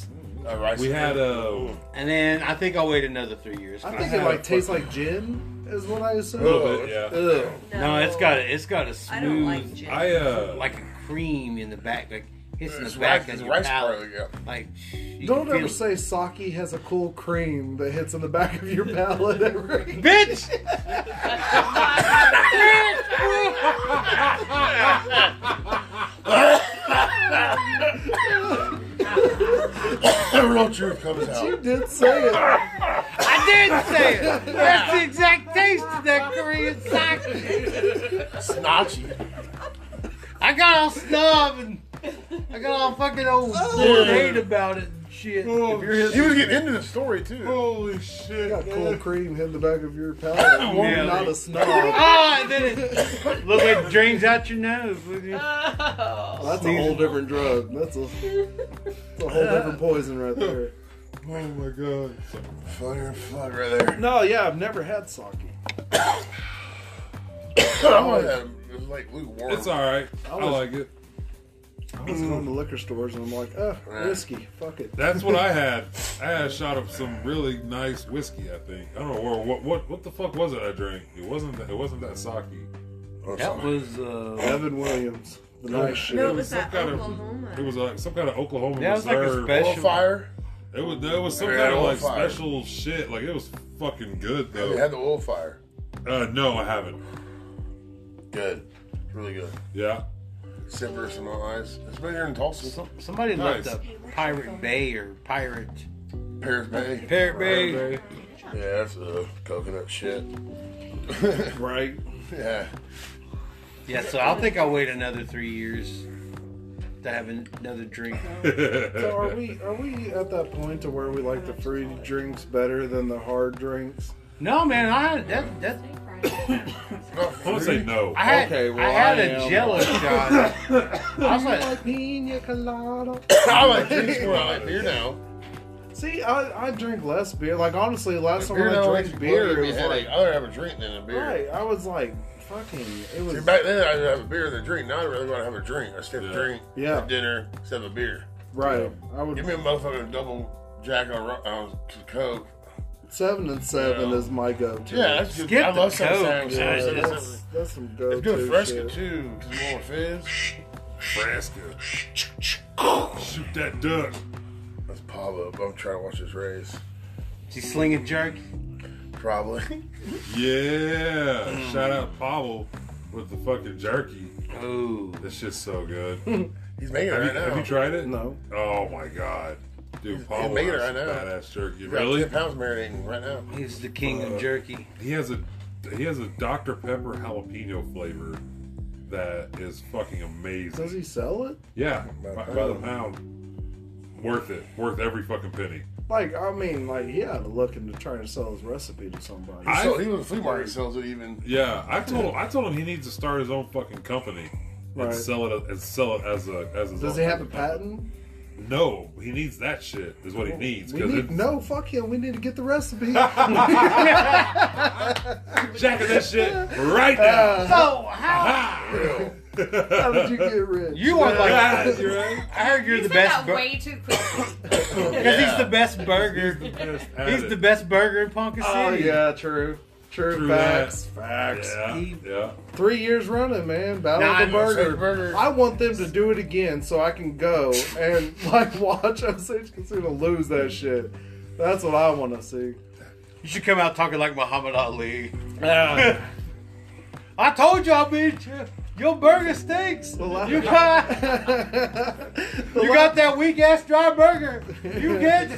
Speaker 4: Uh, rice
Speaker 2: We had uh,
Speaker 4: a.
Speaker 2: a
Speaker 6: And then I think I'll wait another three years.
Speaker 3: I
Speaker 6: Can
Speaker 3: think
Speaker 6: have
Speaker 3: it like
Speaker 6: a
Speaker 3: tastes like gin, is what I
Speaker 4: Oh,
Speaker 3: assume.
Speaker 2: little bit, yeah.
Speaker 3: Ugh.
Speaker 6: fucking- No, it's got a, it's got a
Speaker 1: I don't
Speaker 6: smooth,
Speaker 1: like
Speaker 6: like,
Speaker 1: gin.
Speaker 2: I uh
Speaker 6: a cream in the back, like hits in
Speaker 4: It's
Speaker 6: the back
Speaker 4: rice,
Speaker 6: of
Speaker 4: it's
Speaker 6: your
Speaker 4: rice
Speaker 6: palate.
Speaker 4: garlic, yeah.
Speaker 6: Like you
Speaker 3: Don't
Speaker 6: can
Speaker 3: ever say
Speaker 6: feel
Speaker 3: sake has a cool cream that hits in the back of your palate ever.
Speaker 6: it. bitch.
Speaker 4: The real truth comes
Speaker 3: you
Speaker 4: out.
Speaker 3: did say it.
Speaker 6: I did say it. That's the exact taste of that Korean sake.
Speaker 4: Snotchy.
Speaker 6: I got all snob and I got all fucking old hate about it and shit.
Speaker 2: Oh,
Speaker 6: If you're his-
Speaker 4: He was getting into the story too.
Speaker 2: holy shit.
Speaker 3: Got cool cream hitting the back of your palate. You're
Speaker 6: Yeah.
Speaker 3: not a snob.
Speaker 6: Ah, and then it look like drains out your nose. Look at-
Speaker 5: Oh.
Speaker 3: That's a whole different drug. That's a, that's a whole different poison right there.
Speaker 2: Oh my god.
Speaker 4: Flutter, flutter right there.
Speaker 3: No, yeah, I've never had sake.
Speaker 4: I want that. It was like lukewarm.
Speaker 2: It's alright. I,
Speaker 3: was-
Speaker 2: like it.
Speaker 3: I was going to liquor stores and I'm like, uh, whiskey, fuck it.
Speaker 2: That's what I had. I had a shot of some really nice whiskey, I think. I don't know or what what what the fuck was it I drank? It wasn't that, it wasn't that sake. Or
Speaker 6: That
Speaker 2: something.
Speaker 6: was uh,
Speaker 3: Evan Williams, the nice shit.
Speaker 1: no, it was that
Speaker 2: kind of-
Speaker 1: Oklahoma.
Speaker 2: It was like some kind of Oklahoma
Speaker 6: Yeah, it was like a
Speaker 2: Reserve.
Speaker 6: special-
Speaker 4: Little fire.
Speaker 2: It was there was some
Speaker 4: Yeah,
Speaker 2: kind of
Speaker 4: oil
Speaker 2: like
Speaker 4: fire.
Speaker 2: special shit. Like it was fucking good
Speaker 4: Oh, They had
Speaker 2: though.
Speaker 4: the oil fire.
Speaker 2: Uh, no, I haven't.
Speaker 4: Good. Really good.
Speaker 2: Yeah.
Speaker 4: Sippers in my eyes. It's been here in Tulsa.
Speaker 6: some, somebody
Speaker 2: Nice.
Speaker 6: left a Pirate Bay or Pirate
Speaker 4: Paris Bay.
Speaker 6: Pirate Bay.
Speaker 4: Yeah, that's uh, coconut shit.
Speaker 3: Right.
Speaker 4: yeah.
Speaker 6: Yeah, so I think I'll wait another three years to have an- another drink.
Speaker 3: So are we are we at that point to where we like the fruity drinks better than the hard drinks?
Speaker 6: No, man, I that that
Speaker 4: No,
Speaker 2: I'm gonna say no.
Speaker 6: I had,
Speaker 3: Okay, well,
Speaker 6: I had
Speaker 3: I
Speaker 6: a
Speaker 3: am-
Speaker 6: jello shot. I was like,
Speaker 3: Pina colada.
Speaker 4: I like beer. I like beer now.
Speaker 3: See, I, I drink less beer. Like honestly, last
Speaker 4: Like,
Speaker 3: time
Speaker 4: beer
Speaker 3: I
Speaker 4: now
Speaker 3: drank
Speaker 4: makes
Speaker 3: beer,
Speaker 4: me
Speaker 3: it was
Speaker 4: headache.
Speaker 3: like
Speaker 4: I'd rather have a drink than a beer.
Speaker 3: right. I was like fucking. It
Speaker 4: See,
Speaker 3: was
Speaker 4: back then I'd have a beer than a drink. Now I'd rather go out and have a drink. I still
Speaker 2: Yeah.
Speaker 4: have a drink
Speaker 3: Yeah.
Speaker 4: for dinner instead of a beer.
Speaker 3: right. I would
Speaker 4: Give me a motherfucking double jack on ro- on coke.
Speaker 3: seven and seven
Speaker 4: Yeah.
Speaker 3: is my go-to.
Speaker 4: Yeah, that's good.
Speaker 6: Skip
Speaker 4: I
Speaker 6: the
Speaker 4: love some
Speaker 6: Coke.
Speaker 4: Sam
Speaker 3: Yeah,
Speaker 4: Sam-
Speaker 6: Yeah,
Speaker 4: Sam-
Speaker 3: that's,
Speaker 4: Sam-
Speaker 3: that's some
Speaker 4: It's
Speaker 3: go-to
Speaker 4: good fresca
Speaker 3: shit.
Speaker 4: too, because you want fizz.
Speaker 2: Nebraska. Shoot that duck.
Speaker 4: That's Pablo. up. I'm trying to watch this race.
Speaker 6: she's slinging jerk.
Speaker 4: Probably.
Speaker 2: Yeah.
Speaker 4: Hmm.
Speaker 2: Shout out Pavel with the fucking jerky.
Speaker 6: Ooh.
Speaker 2: This shit's so good. have,
Speaker 4: He's making it
Speaker 2: you,
Speaker 4: right now.
Speaker 2: have you tried it?
Speaker 3: No.
Speaker 2: Oh my god. Dude, Pavel
Speaker 4: making it
Speaker 2: has
Speaker 4: right now.
Speaker 2: badass jerky.
Speaker 4: He's got
Speaker 2: Really?
Speaker 4: 10 pounds marinating right now.
Speaker 6: He's the king
Speaker 2: Uh,
Speaker 6: of jerky.
Speaker 2: He has a he has a Dr. Pepper jalapeno flavor that is fucking amazing.
Speaker 3: Does he sell it?
Speaker 2: Yeah,
Speaker 4: By the
Speaker 2: by, by the
Speaker 4: pound.
Speaker 2: pound. Worth it. Worth every fucking penny.
Speaker 3: Like, I mean, like, he had to look into trying to sell his recipe to somebody.
Speaker 2: I-
Speaker 4: So he was a flea market. He sells it even.
Speaker 2: Yeah, I told him. I told him he needs to start his own fucking company
Speaker 3: Right.
Speaker 2: and sell it and sell it as a as his.
Speaker 3: Does
Speaker 2: own
Speaker 3: he have a
Speaker 2: fucking
Speaker 3: patent?
Speaker 2: company. No, he needs that shit. Is what he needs.
Speaker 3: We
Speaker 2: 'cause
Speaker 3: need,
Speaker 2: it's-
Speaker 3: no, fuck him. We need to get the recipe.
Speaker 2: jacking that shit right
Speaker 3: Uh,
Speaker 2: now.
Speaker 6: So how?
Speaker 2: Real.
Speaker 3: How did you get rich?
Speaker 6: You are like.
Speaker 2: God, you're right.
Speaker 6: I heard you're
Speaker 7: You
Speaker 6: the
Speaker 7: said
Speaker 6: best.
Speaker 7: that
Speaker 1: "Oh,
Speaker 6: Because
Speaker 7: way too quickly.
Speaker 6: he's the best burger.
Speaker 2: Best at
Speaker 6: He's
Speaker 2: it.
Speaker 6: the best burger in Ponca City.
Speaker 3: Oh yeah, true, true,
Speaker 2: True
Speaker 3: facts,
Speaker 2: that.
Speaker 3: facts.
Speaker 2: Yeah,
Speaker 6: He-
Speaker 2: yeah.
Speaker 3: Three years running, man. Battle
Speaker 6: Nah,
Speaker 3: of the
Speaker 6: I know,
Speaker 3: Burger.
Speaker 4: Same burger.
Speaker 3: I want them to do it again so I can go and like watch Osage Casino lose that shit. That's what I want to see.
Speaker 6: You should come out talking like Muhammad Ali.
Speaker 3: Yeah.
Speaker 6: I told you I beat you. Your burger stinks.
Speaker 3: The la-
Speaker 6: You got, you got that weak ass dry burger. You get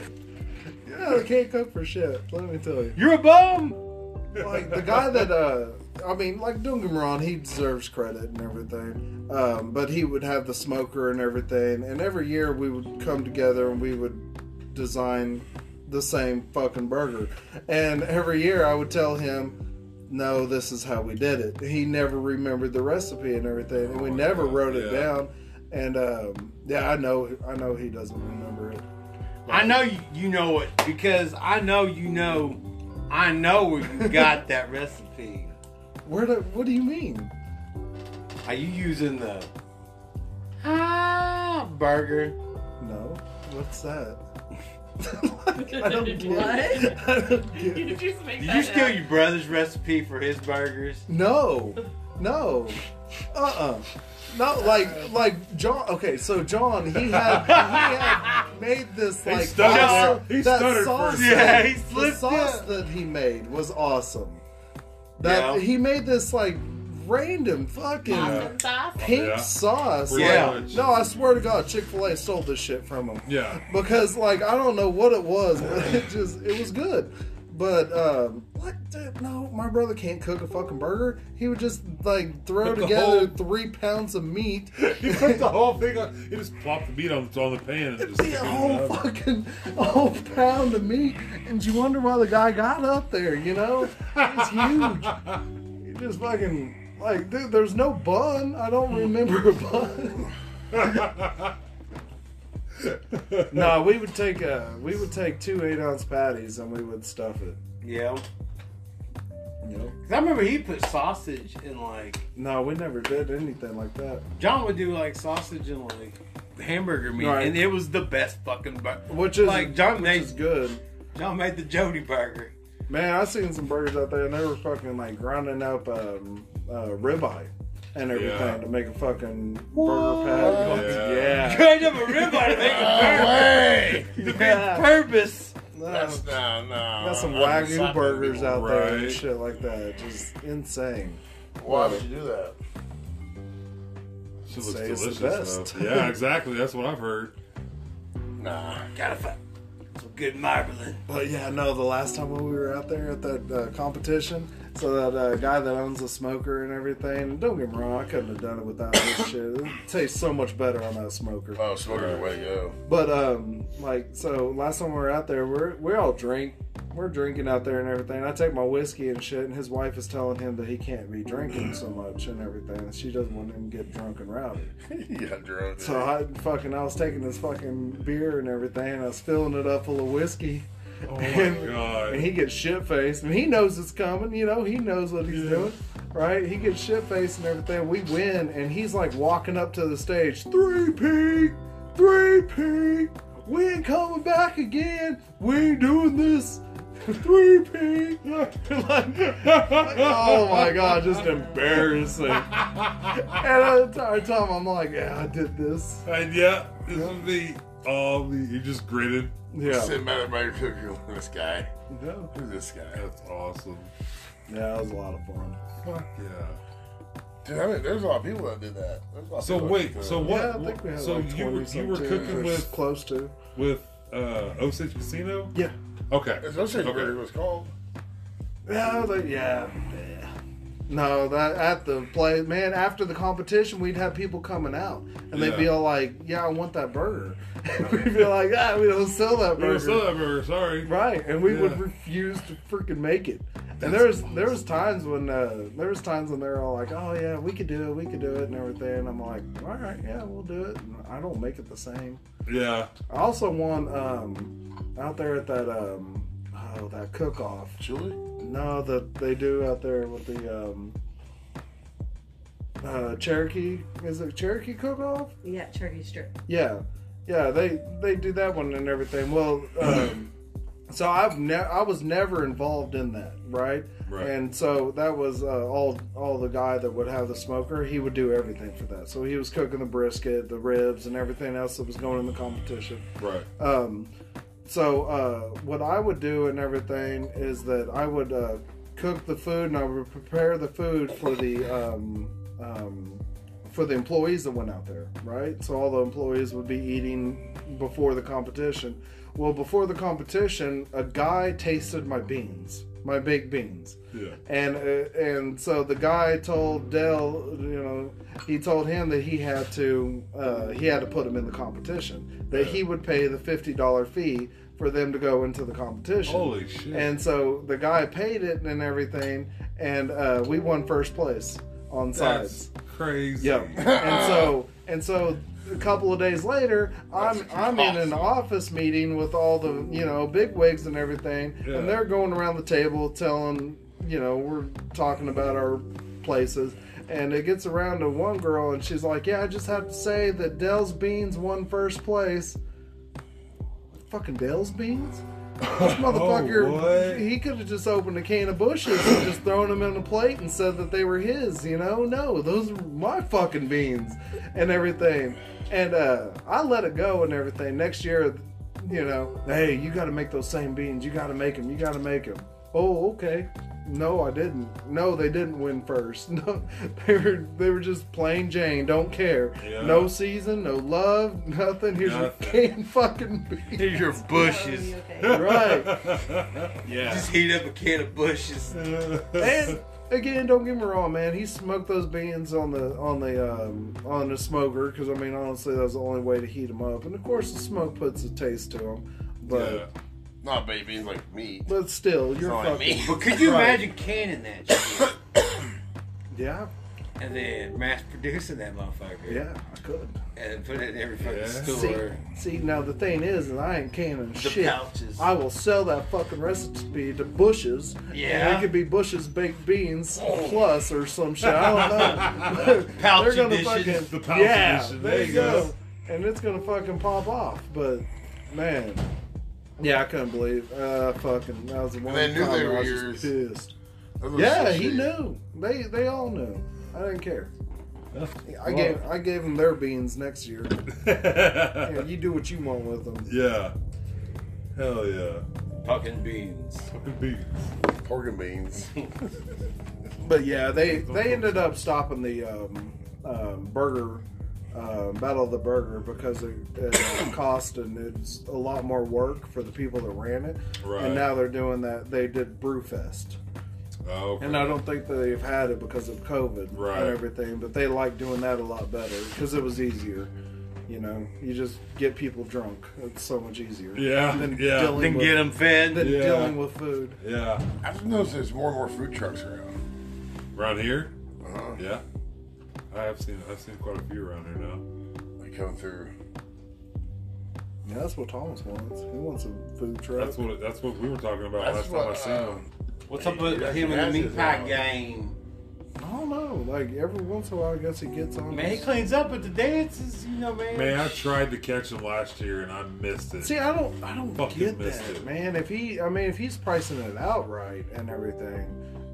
Speaker 3: Yeah, they can't cook for shit. Let me tell you.
Speaker 6: you're a bum.
Speaker 3: like the guy that uh I mean, like don't get me wrong, he deserves credit and everything. Um, but he would have the smoker and everything, and every year we would come together and we would design the same fucking burger. And every year I would tell him, "No, this is how we did it." He never remembered the recipe and everything, and we
Speaker 2: Oh my
Speaker 3: never
Speaker 2: God,
Speaker 3: wrote it
Speaker 2: yeah.
Speaker 3: down. And um, yeah, I know, I know he doesn't remember it.
Speaker 6: I know you, you know it because I know you know. I know where you got that recipe.
Speaker 3: Where? Do, what do you mean?
Speaker 6: Are you using the ah burger?
Speaker 3: No. What's that? I don't get it.
Speaker 1: What?
Speaker 3: I don't get it.
Speaker 7: you just make
Speaker 6: Do
Speaker 7: that
Speaker 6: you steal
Speaker 7: up.
Speaker 6: your brother's recipe for his burgers?
Speaker 3: No. No. Uh-uh. Not like like John. Okay, so John he had he had made this
Speaker 2: He
Speaker 3: like
Speaker 2: stuttered
Speaker 3: awesome-
Speaker 2: there. He
Speaker 3: that
Speaker 2: stuttered
Speaker 3: sauce.
Speaker 2: first.
Speaker 6: Yeah, he
Speaker 3: the
Speaker 6: slipped
Speaker 3: sauce
Speaker 6: up.
Speaker 3: that he made was awesome. That
Speaker 6: Yeah.
Speaker 3: he made this like random fucking
Speaker 7: Awesome sauce.
Speaker 3: pink
Speaker 2: Yeah.
Speaker 3: sauce.
Speaker 2: Yeah.
Speaker 3: Like, no, I swear to God, Chick Fil A stole this shit from him.
Speaker 2: Yeah.
Speaker 3: because like I don't know what it was, but it just it was good. But um, what? Dude, no, my brother can't cook a fucking burger. He would just like throw
Speaker 2: Put the
Speaker 3: together
Speaker 2: whole-
Speaker 3: three pounds of meat.
Speaker 2: He put the whole thing on. He just plopped the meat on, on the pan and just.
Speaker 3: Be a whole fucking a whole pound of meat, and you wonder why the guy got up there. You know, it's huge. He just fucking like, dude. There's no bun. I don't remember a bun. No, we would take uh we would take two eight ounce patties and we would stuff it.
Speaker 6: Yeah.
Speaker 3: You know?
Speaker 6: Cause I remember he put sausage in like
Speaker 3: No, we never did anything like that.
Speaker 6: John would do like sausage and like hamburger meat,
Speaker 3: Right.
Speaker 6: and it was the best fucking burger.
Speaker 3: Which is
Speaker 6: Like, John
Speaker 3: which
Speaker 6: made-
Speaker 3: is good.
Speaker 6: John made the Jody burger.
Speaker 3: Man, I seen some burgers out there and they were fucking like grinding up um uh ribeye and everything
Speaker 2: Yeah.
Speaker 3: to make a fucking burger patty.
Speaker 2: Yeah.
Speaker 3: Yeah.
Speaker 6: Grind up a ribeye to make
Speaker 4: No
Speaker 6: a
Speaker 4: way!
Speaker 6: burger.
Speaker 3: Yeah.
Speaker 6: Purpose.
Speaker 3: No,
Speaker 4: That's no, no.
Speaker 3: got some
Speaker 4: I'm
Speaker 3: wagyu
Speaker 4: excited.
Speaker 3: burgers out there and
Speaker 2: Right.
Speaker 3: shit like that. Just insane.
Speaker 4: Why would you do that?
Speaker 2: She looks
Speaker 3: Say it's the
Speaker 2: delicious.
Speaker 3: best.
Speaker 2: Though. Yeah, exactly. That's what I've heard.
Speaker 4: Nah.
Speaker 6: Gotta find some good marbling.
Speaker 3: But yeah, no, the last time when we were out there at that uh, competition, So that uh, guy that owns the smoker and everything. Don't get me wrong, I couldn't have done it without this shit. It tastes so much better on that smoker.
Speaker 4: Oh, smoker's the way to go.
Speaker 3: But um, like so, last time we were out there, we're we all drink, we're drinking out there and everything. I take my whiskey and shit, and his wife is telling him that he can't be drinking so much and everything. She doesn't want him to get drunk and rowdy.
Speaker 4: you got drunk.
Speaker 3: So I fucking I was taking this fucking beer and everything, and I was filling it up full of whiskey.
Speaker 2: Oh my god.
Speaker 3: And he gets shit faced, and he knows it's coming. You know, he knows what he's doing, right? He gets shit faced and everything. We win, and he's like walking up to the stage, three P, three P. We ain't coming back again. We ain't doing this. Three P. oh my god, just embarrassing. and the entire time I'm like, yeah, I did this.
Speaker 2: And yeah, this is the all the you just gritted.
Speaker 3: Yeah,
Speaker 4: Sitting by the microphone, this guy.
Speaker 3: yeah,
Speaker 4: Who's this guy?
Speaker 2: That's awesome.
Speaker 3: that was a lot of fun.
Speaker 2: Fuck yeah.
Speaker 4: Dude, I mean, there's a lot of people that did that. There's a lot of
Speaker 2: So
Speaker 4: people that
Speaker 2: wait,
Speaker 4: did
Speaker 2: so
Speaker 4: that.
Speaker 2: what?
Speaker 3: Yeah, I think we had
Speaker 2: so
Speaker 3: like
Speaker 2: you were
Speaker 3: 20
Speaker 2: you were
Speaker 3: something.
Speaker 2: cooking
Speaker 3: Or
Speaker 2: with
Speaker 3: close to.
Speaker 2: with uh, Osage Casino?
Speaker 3: Yeah.
Speaker 2: Okay.
Speaker 4: It's no shame
Speaker 2: Okay.
Speaker 4: it was called.
Speaker 3: Yeah, I was like, yeah. yeah. No, that at the play, man. After the competition, we'd have people coming out, and they'd be
Speaker 2: Yeah.
Speaker 3: all like, "Yeah, I want that burger." we'd be like, "Ah, we don't sell that
Speaker 2: We were
Speaker 3: burger."
Speaker 2: still at burger, sorry.
Speaker 3: Right, and we would
Speaker 2: Yeah.
Speaker 3: refuse to freaking make it. And
Speaker 2: That's
Speaker 3: there was there was times when uh, there was times when they were all like, "Oh yeah, we could do it, we could do it," and everything. And I'm like, "All right, yeah, we'll do it." And I don't make it the same.
Speaker 2: Yeah.
Speaker 3: I also won um, out there at that um, oh that cook off.
Speaker 4: Chili?
Speaker 3: No, that they do out there with the um, uh, Cherokee. Is it Cherokee cook off?
Speaker 1: Yeah, turkey strip.
Speaker 3: Yeah, yeah. They they do that one and everything. Well, um, so I've ne- I was never involved in that, right?
Speaker 2: Right.
Speaker 3: And so that was uh, all all the guy that would have the smoker. He would do everything for that. So he was cooking the brisket, the ribs, and everything else that was going in the competition
Speaker 2: Right.
Speaker 3: um, so uh, what I would do and everything is that I would uh, cook the food and I would prepare the food for the um, um, for the employees that went out there, right? So all the employees would be eating before the competition. Well, before the competition, a guy tasted my beans, my baked beans
Speaker 2: Yeah.
Speaker 3: and uh, and so the guy told Dell, you know, he told him that he had to uh, he had to put him in the competition. That he would pay the fifty dollar fee for them to go into the competition.
Speaker 2: Holy shit.
Speaker 3: And so the guy paid it and everything, and uh, we won first place on sides.
Speaker 2: That's crazy.
Speaker 3: Yep. and so and so a couple of days later, I'm I'm in an office meeting with all the you know big wigs and everything,
Speaker 2: Yeah.
Speaker 3: and they're going around the table telling you know we're talking about our places. And it gets around to one girl, and she's like, "Yeah, I just have to say that Dell's Beans won first place." Fucking Dell's Beans, this motherfucker.
Speaker 2: Oh, what?
Speaker 3: he could have just opened a can of bushes and just thrown them in a plate and said that they were his, you know? No, those are my fucking beans and everything. And uh, I let it go and everything. Next year, you know, hey, you got to make those same beans. You got to make them. You got to make them. Oh, okay. No, I didn't. No, they didn't win first. No, they were they were just plain Jane. Don't care.
Speaker 2: Yeah.
Speaker 3: No season. No love. Nothing. Here's your
Speaker 2: Nothing.
Speaker 3: canned fucking beans.
Speaker 6: Here's your
Speaker 1: Oh,
Speaker 6: bushes.
Speaker 3: right.
Speaker 6: Just heat up a can of bushes.
Speaker 3: And again, don't get me wrong, man. He smoked those beans on the on the um, on the smoker because I mean, honestly, that was the only way to heat them up. And of course, the smoke puts a taste to them. But
Speaker 2: Yeah.
Speaker 4: Not babies, like meat.
Speaker 3: but still, you're
Speaker 4: not
Speaker 3: fucking
Speaker 4: like me.
Speaker 6: But could you
Speaker 3: Right.
Speaker 6: imagine canning that shit
Speaker 3: yeah,
Speaker 6: and then mass producing that motherfucker?
Speaker 3: yeah. I could
Speaker 6: And put it in every fucking
Speaker 2: Yeah.
Speaker 3: see.
Speaker 6: store.
Speaker 3: See, now the thing is, and I ain't canning
Speaker 6: The
Speaker 3: shit.
Speaker 6: pouches.
Speaker 3: I will sell that fucking recipe to Bushes. And
Speaker 6: Yeah. Oh.
Speaker 3: it could be Bushes baked beans plus or some shit. I don't know.
Speaker 6: Pouch
Speaker 3: They're gonna
Speaker 6: edition.
Speaker 3: fucking
Speaker 2: The pouch
Speaker 3: yeah.
Speaker 2: edition.
Speaker 3: There, you go. And it's gonna fucking pop off. But man, yeah, I couldn't believe. Uh, fucking, that was the one
Speaker 4: they knew
Speaker 3: time
Speaker 4: they were
Speaker 3: I was
Speaker 4: yours.
Speaker 3: just pissed.
Speaker 4: That's what
Speaker 3: Yeah,
Speaker 4: she
Speaker 3: he
Speaker 4: said.
Speaker 3: knew. They they all knew. I didn't care.
Speaker 2: That's
Speaker 3: I gave I gave them their beans next year. Yeah, you do what you want with them.
Speaker 2: yeah. Hell yeah.
Speaker 6: Fucking beans.
Speaker 2: Fucking beans.
Speaker 4: Pork and beans.
Speaker 3: But yeah, they they ended up stopping the um, um, burger uh, battle of the burger because it, it cost and it's a lot more work for the people that ran it.
Speaker 2: Right.
Speaker 3: And now they're doing that. They did Brewfest,
Speaker 2: Oh, okay.
Speaker 3: and I don't think they've had it because of COVID
Speaker 2: Right.
Speaker 3: and everything. But they like doing that a lot better because it was easier. You know, you just get people drunk. It's so much easier.
Speaker 2: Yeah,
Speaker 3: Than
Speaker 2: yeah.
Speaker 3: Dealing
Speaker 6: Then
Speaker 3: with,
Speaker 6: get them fed.
Speaker 3: Than
Speaker 2: Yeah.
Speaker 3: dealing with food.
Speaker 2: Yeah.
Speaker 4: I've noticed there's more and more food trucks around.
Speaker 2: Around here?
Speaker 4: Uh-huh.
Speaker 2: Yeah. I have seen I've seen quite a few around here now.
Speaker 4: They come through.
Speaker 3: Yeah, that's what Thomas wants. He wants a food truck.
Speaker 2: That's what that's what we were talking about last
Speaker 4: That's
Speaker 2: time I
Speaker 4: what,
Speaker 2: seen
Speaker 4: uh,
Speaker 2: them.
Speaker 6: What's up with him and the meat pie game?
Speaker 3: I don't know. Like every once in a while, I guess he gets on.
Speaker 6: Man, he
Speaker 3: us.
Speaker 6: cleans up at the dances, you know, man.
Speaker 2: Man, I tried to catch them last year and I missed it.
Speaker 3: See, I don't, I don't
Speaker 2: Fucking
Speaker 3: get
Speaker 2: missed
Speaker 3: that,
Speaker 2: it.
Speaker 3: man. If he, I mean, if he's pricing it out right and everything,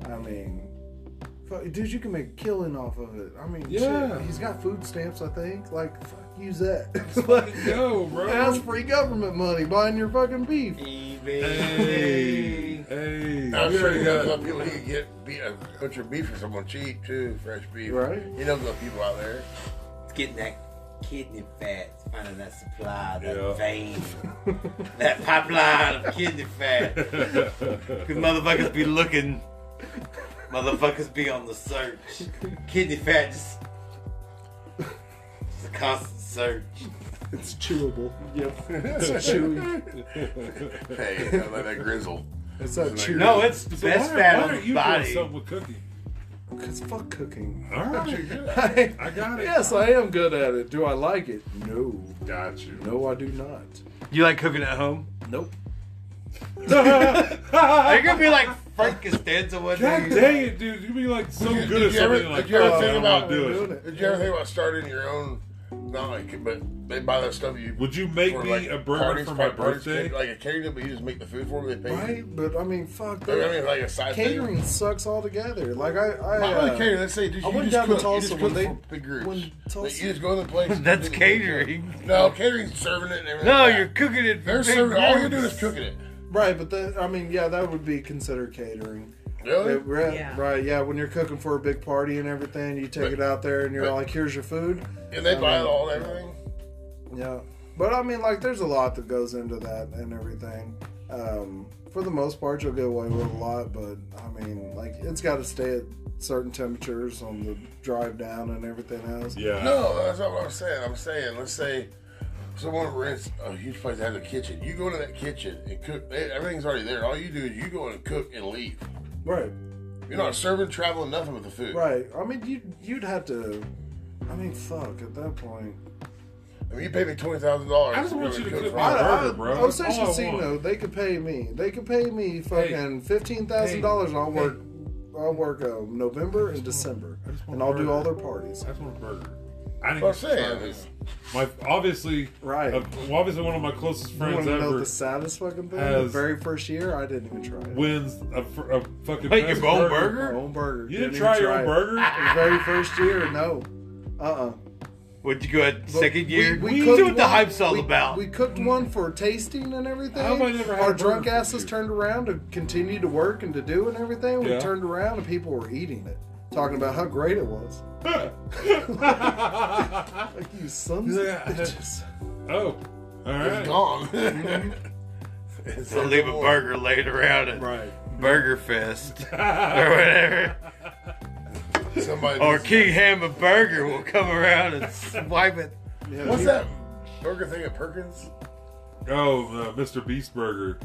Speaker 3: I mean, fuck, dude, you can make a killing off of it. I mean,
Speaker 2: Yeah.
Speaker 3: shit, he's got food stamps, I think. Like, fuck, use that.
Speaker 2: Fucking go, bro.
Speaker 3: That's free government money buying your fucking beef.
Speaker 2: Hey, hey.
Speaker 4: I'm sure you got some people you can get beef, uh, butcher beef for someone cheap too, fresh beef.
Speaker 3: Right.
Speaker 4: You know those people out there.
Speaker 6: It's getting that kidney fat, finding that supply, that
Speaker 2: Yeah.
Speaker 6: vein, that pipeline of kidney fat. Because motherfuckers be looking, motherfuckers be on the search. Kidney fat just, just a constant search.
Speaker 3: It's chewable. Yep. It's chewy.
Speaker 4: Hey, I like that grizzle.
Speaker 3: It's that
Speaker 4: It's like-
Speaker 3: chewy.
Speaker 6: No, it's the
Speaker 2: So
Speaker 6: best
Speaker 2: why,
Speaker 6: fat
Speaker 2: why
Speaker 6: on
Speaker 2: are
Speaker 6: the
Speaker 2: you
Speaker 6: body.
Speaker 2: doing something with cooking?
Speaker 3: Cause fuck cooking.
Speaker 2: All right, good. I got it.
Speaker 3: yes, I am good at it. Do I like it? No.
Speaker 2: Got you.
Speaker 3: No, I do not.
Speaker 6: You like cooking at home?
Speaker 3: Nope.
Speaker 6: Are you gonna be like Frank Costanza one
Speaker 2: Oh. God
Speaker 6: day?
Speaker 2: dang it, dude! You be like so
Speaker 4: Did
Speaker 2: good
Speaker 4: you
Speaker 2: at
Speaker 4: ever-
Speaker 2: something and like
Speaker 4: did you ever
Speaker 2: "Oh,
Speaker 4: think
Speaker 2: I'm
Speaker 4: about
Speaker 2: gonna do
Speaker 3: doing
Speaker 2: it.
Speaker 3: it?
Speaker 4: Did you ever think about starting your own? Not like, but they buy that stuff you.
Speaker 2: Would you make
Speaker 4: for,
Speaker 2: me
Speaker 4: like,
Speaker 2: a burger
Speaker 4: parties,
Speaker 2: for my
Speaker 4: parties,
Speaker 2: birthday?
Speaker 4: Like a catering, but you just make the food for them. They pay.
Speaker 3: Right? But I mean, fuck.
Speaker 4: You. I
Speaker 3: that.
Speaker 4: mean, like a side
Speaker 3: catering
Speaker 4: Thing.
Speaker 3: sucks altogether. Like I, I,
Speaker 4: Not
Speaker 3: uh,
Speaker 4: really catering. Let's say just,
Speaker 3: I
Speaker 4: you
Speaker 3: went down
Speaker 4: just
Speaker 3: to
Speaker 4: cook. You
Speaker 3: Tulsa
Speaker 4: just
Speaker 3: when
Speaker 4: cook
Speaker 3: they-
Speaker 4: for big groups.
Speaker 3: when
Speaker 4: Like,
Speaker 3: Tulsa-
Speaker 4: you just go to the place.
Speaker 6: That's catering.
Speaker 4: No, catering's serving it and everything.
Speaker 6: No,
Speaker 4: like that.
Speaker 6: you're cooking it. for
Speaker 4: They're
Speaker 6: big
Speaker 4: serving. All you're doing
Speaker 6: groups.
Speaker 4: is cooking it.
Speaker 3: right? But that, I mean, yeah, that would be considered catering.
Speaker 4: Really?
Speaker 3: That- right,
Speaker 1: Yeah.
Speaker 3: right, yeah. When you're cooking for a big party and everything, you take
Speaker 4: But-
Speaker 3: it out there and you're
Speaker 4: but-
Speaker 3: like, "Here's your food."
Speaker 4: And they
Speaker 3: I
Speaker 4: buy it
Speaker 3: mean,
Speaker 4: all and everything.
Speaker 3: Yeah, but I mean, like, there's a lot that goes into that and everything. Um, for the most part, you'll get away with a lot, but I mean, like, it's got to stay at certain temperatures on the drive down and everything else.
Speaker 2: Yeah.
Speaker 4: No, that's not what I'm saying. I'm saying, let's say someone rents a huge place that has a kitchen. You go to that kitchen and cook. they- Everything's already there. All you do is you go and cook and leave.
Speaker 3: Right.
Speaker 4: You're not serving, traveling, nothing with the food.
Speaker 3: Right. I mean, you you'd have to. I mean, fuck. At that point,
Speaker 4: I mean, you pay me twenty thousand dollars.
Speaker 2: I just want you to cook
Speaker 3: I,
Speaker 2: my
Speaker 3: I,
Speaker 2: burger, bro. That's
Speaker 3: Osage
Speaker 2: all I
Speaker 3: Casino, they could pay me. They could pay me fucking fifteen thousand dollars. I'll
Speaker 2: hey.
Speaker 3: work. I'll work uh, November and December,
Speaker 2: I just want
Speaker 3: and I'll do
Speaker 2: burger.
Speaker 3: all their parties.
Speaker 2: I just want a burger. I didn't
Speaker 4: I'm
Speaker 2: get to try
Speaker 4: saying.
Speaker 2: this. My obviously
Speaker 3: Right.
Speaker 2: uh, well, obviously one of my closest
Speaker 3: You want
Speaker 2: friends
Speaker 3: to know
Speaker 2: ever
Speaker 3: the saddest fucking thing? The
Speaker 2: has-
Speaker 3: very first year, I didn't even try it.
Speaker 2: wins a, fr- a fucking.
Speaker 6: Wait, your
Speaker 2: best
Speaker 6: bone
Speaker 3: My
Speaker 6: burger?
Speaker 3: own burger.
Speaker 2: You didn't
Speaker 3: even
Speaker 2: try your own
Speaker 3: it. Ah. The
Speaker 2: burger?
Speaker 3: very first year, no. Uh uh
Speaker 6: Would you go at second year? We,
Speaker 3: cooked
Speaker 6: do what the
Speaker 3: one-
Speaker 6: hype's all
Speaker 3: we-
Speaker 6: about.
Speaker 3: We cooked one for tasting and everything.
Speaker 2: How have I never had
Speaker 3: Our
Speaker 2: a burger
Speaker 3: drunk
Speaker 2: from
Speaker 3: asses
Speaker 2: you?
Speaker 3: turned around to continue to work and to do and everything. We
Speaker 2: Yeah.
Speaker 3: turned around and people were eating it, talking about how great it was. Like you sons of
Speaker 2: Yeah.
Speaker 3: bitches.
Speaker 2: oh, all right.
Speaker 4: It's gone. It's
Speaker 6: so leave a burger laid around at
Speaker 3: Right.
Speaker 6: Burger Fest or whatever.
Speaker 4: Somebody.
Speaker 6: Or King Ham and Burger will come around and swipe it.
Speaker 3: Yeah,
Speaker 4: What's
Speaker 3: he-
Speaker 4: that burger thing at Perkins?
Speaker 2: Oh, uh, Mr. Beast Burger.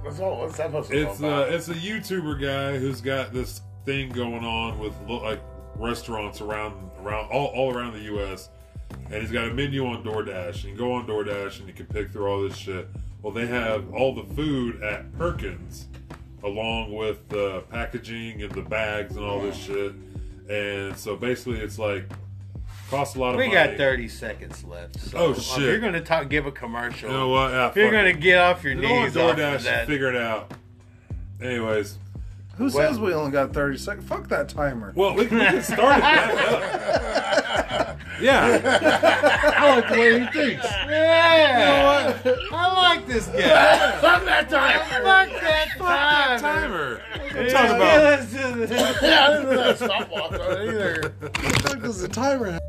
Speaker 4: What's all? What's that supposed to be all
Speaker 2: It's uh,
Speaker 4: about?
Speaker 2: it's a YouTuber guy who's got this thing going on with lo- like restaurants around around all, all around the U.S. And he's got a menu on DoorDash. You can go on DoorDash and you can pick through all this shit. Well, they have all the food at Perkins, along with the packaging and the bags and all this shit. And so basically, it's like costs a lot of
Speaker 6: We
Speaker 2: money.
Speaker 6: got 30 seconds left. So
Speaker 2: Oh,
Speaker 6: if
Speaker 2: shit.
Speaker 6: you're going to talk, give a commercial.
Speaker 2: You know what? Ah,
Speaker 6: You're
Speaker 2: fuck
Speaker 6: going
Speaker 2: it.
Speaker 6: to get off your
Speaker 2: go on
Speaker 6: knees off of
Speaker 2: DoorDash
Speaker 6: that.
Speaker 2: and figure it out. Anyways,
Speaker 3: Who says we only got 30 seconds? Fuck that timer.
Speaker 2: Well, we, we can start it back up. Yeah. I like the way he thinks.
Speaker 6: yeah. I like this guy.
Speaker 4: Fuck that time.
Speaker 6: Fuck that time.
Speaker 2: Timer.
Speaker 6: We're
Speaker 2: talking about-
Speaker 6: let's do this.
Speaker 4: Yeah, I didn't know that stopwatch on it either.
Speaker 3: What the fuck does the timer have?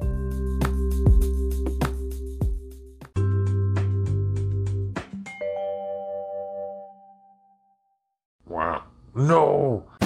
Speaker 2: Wow. No.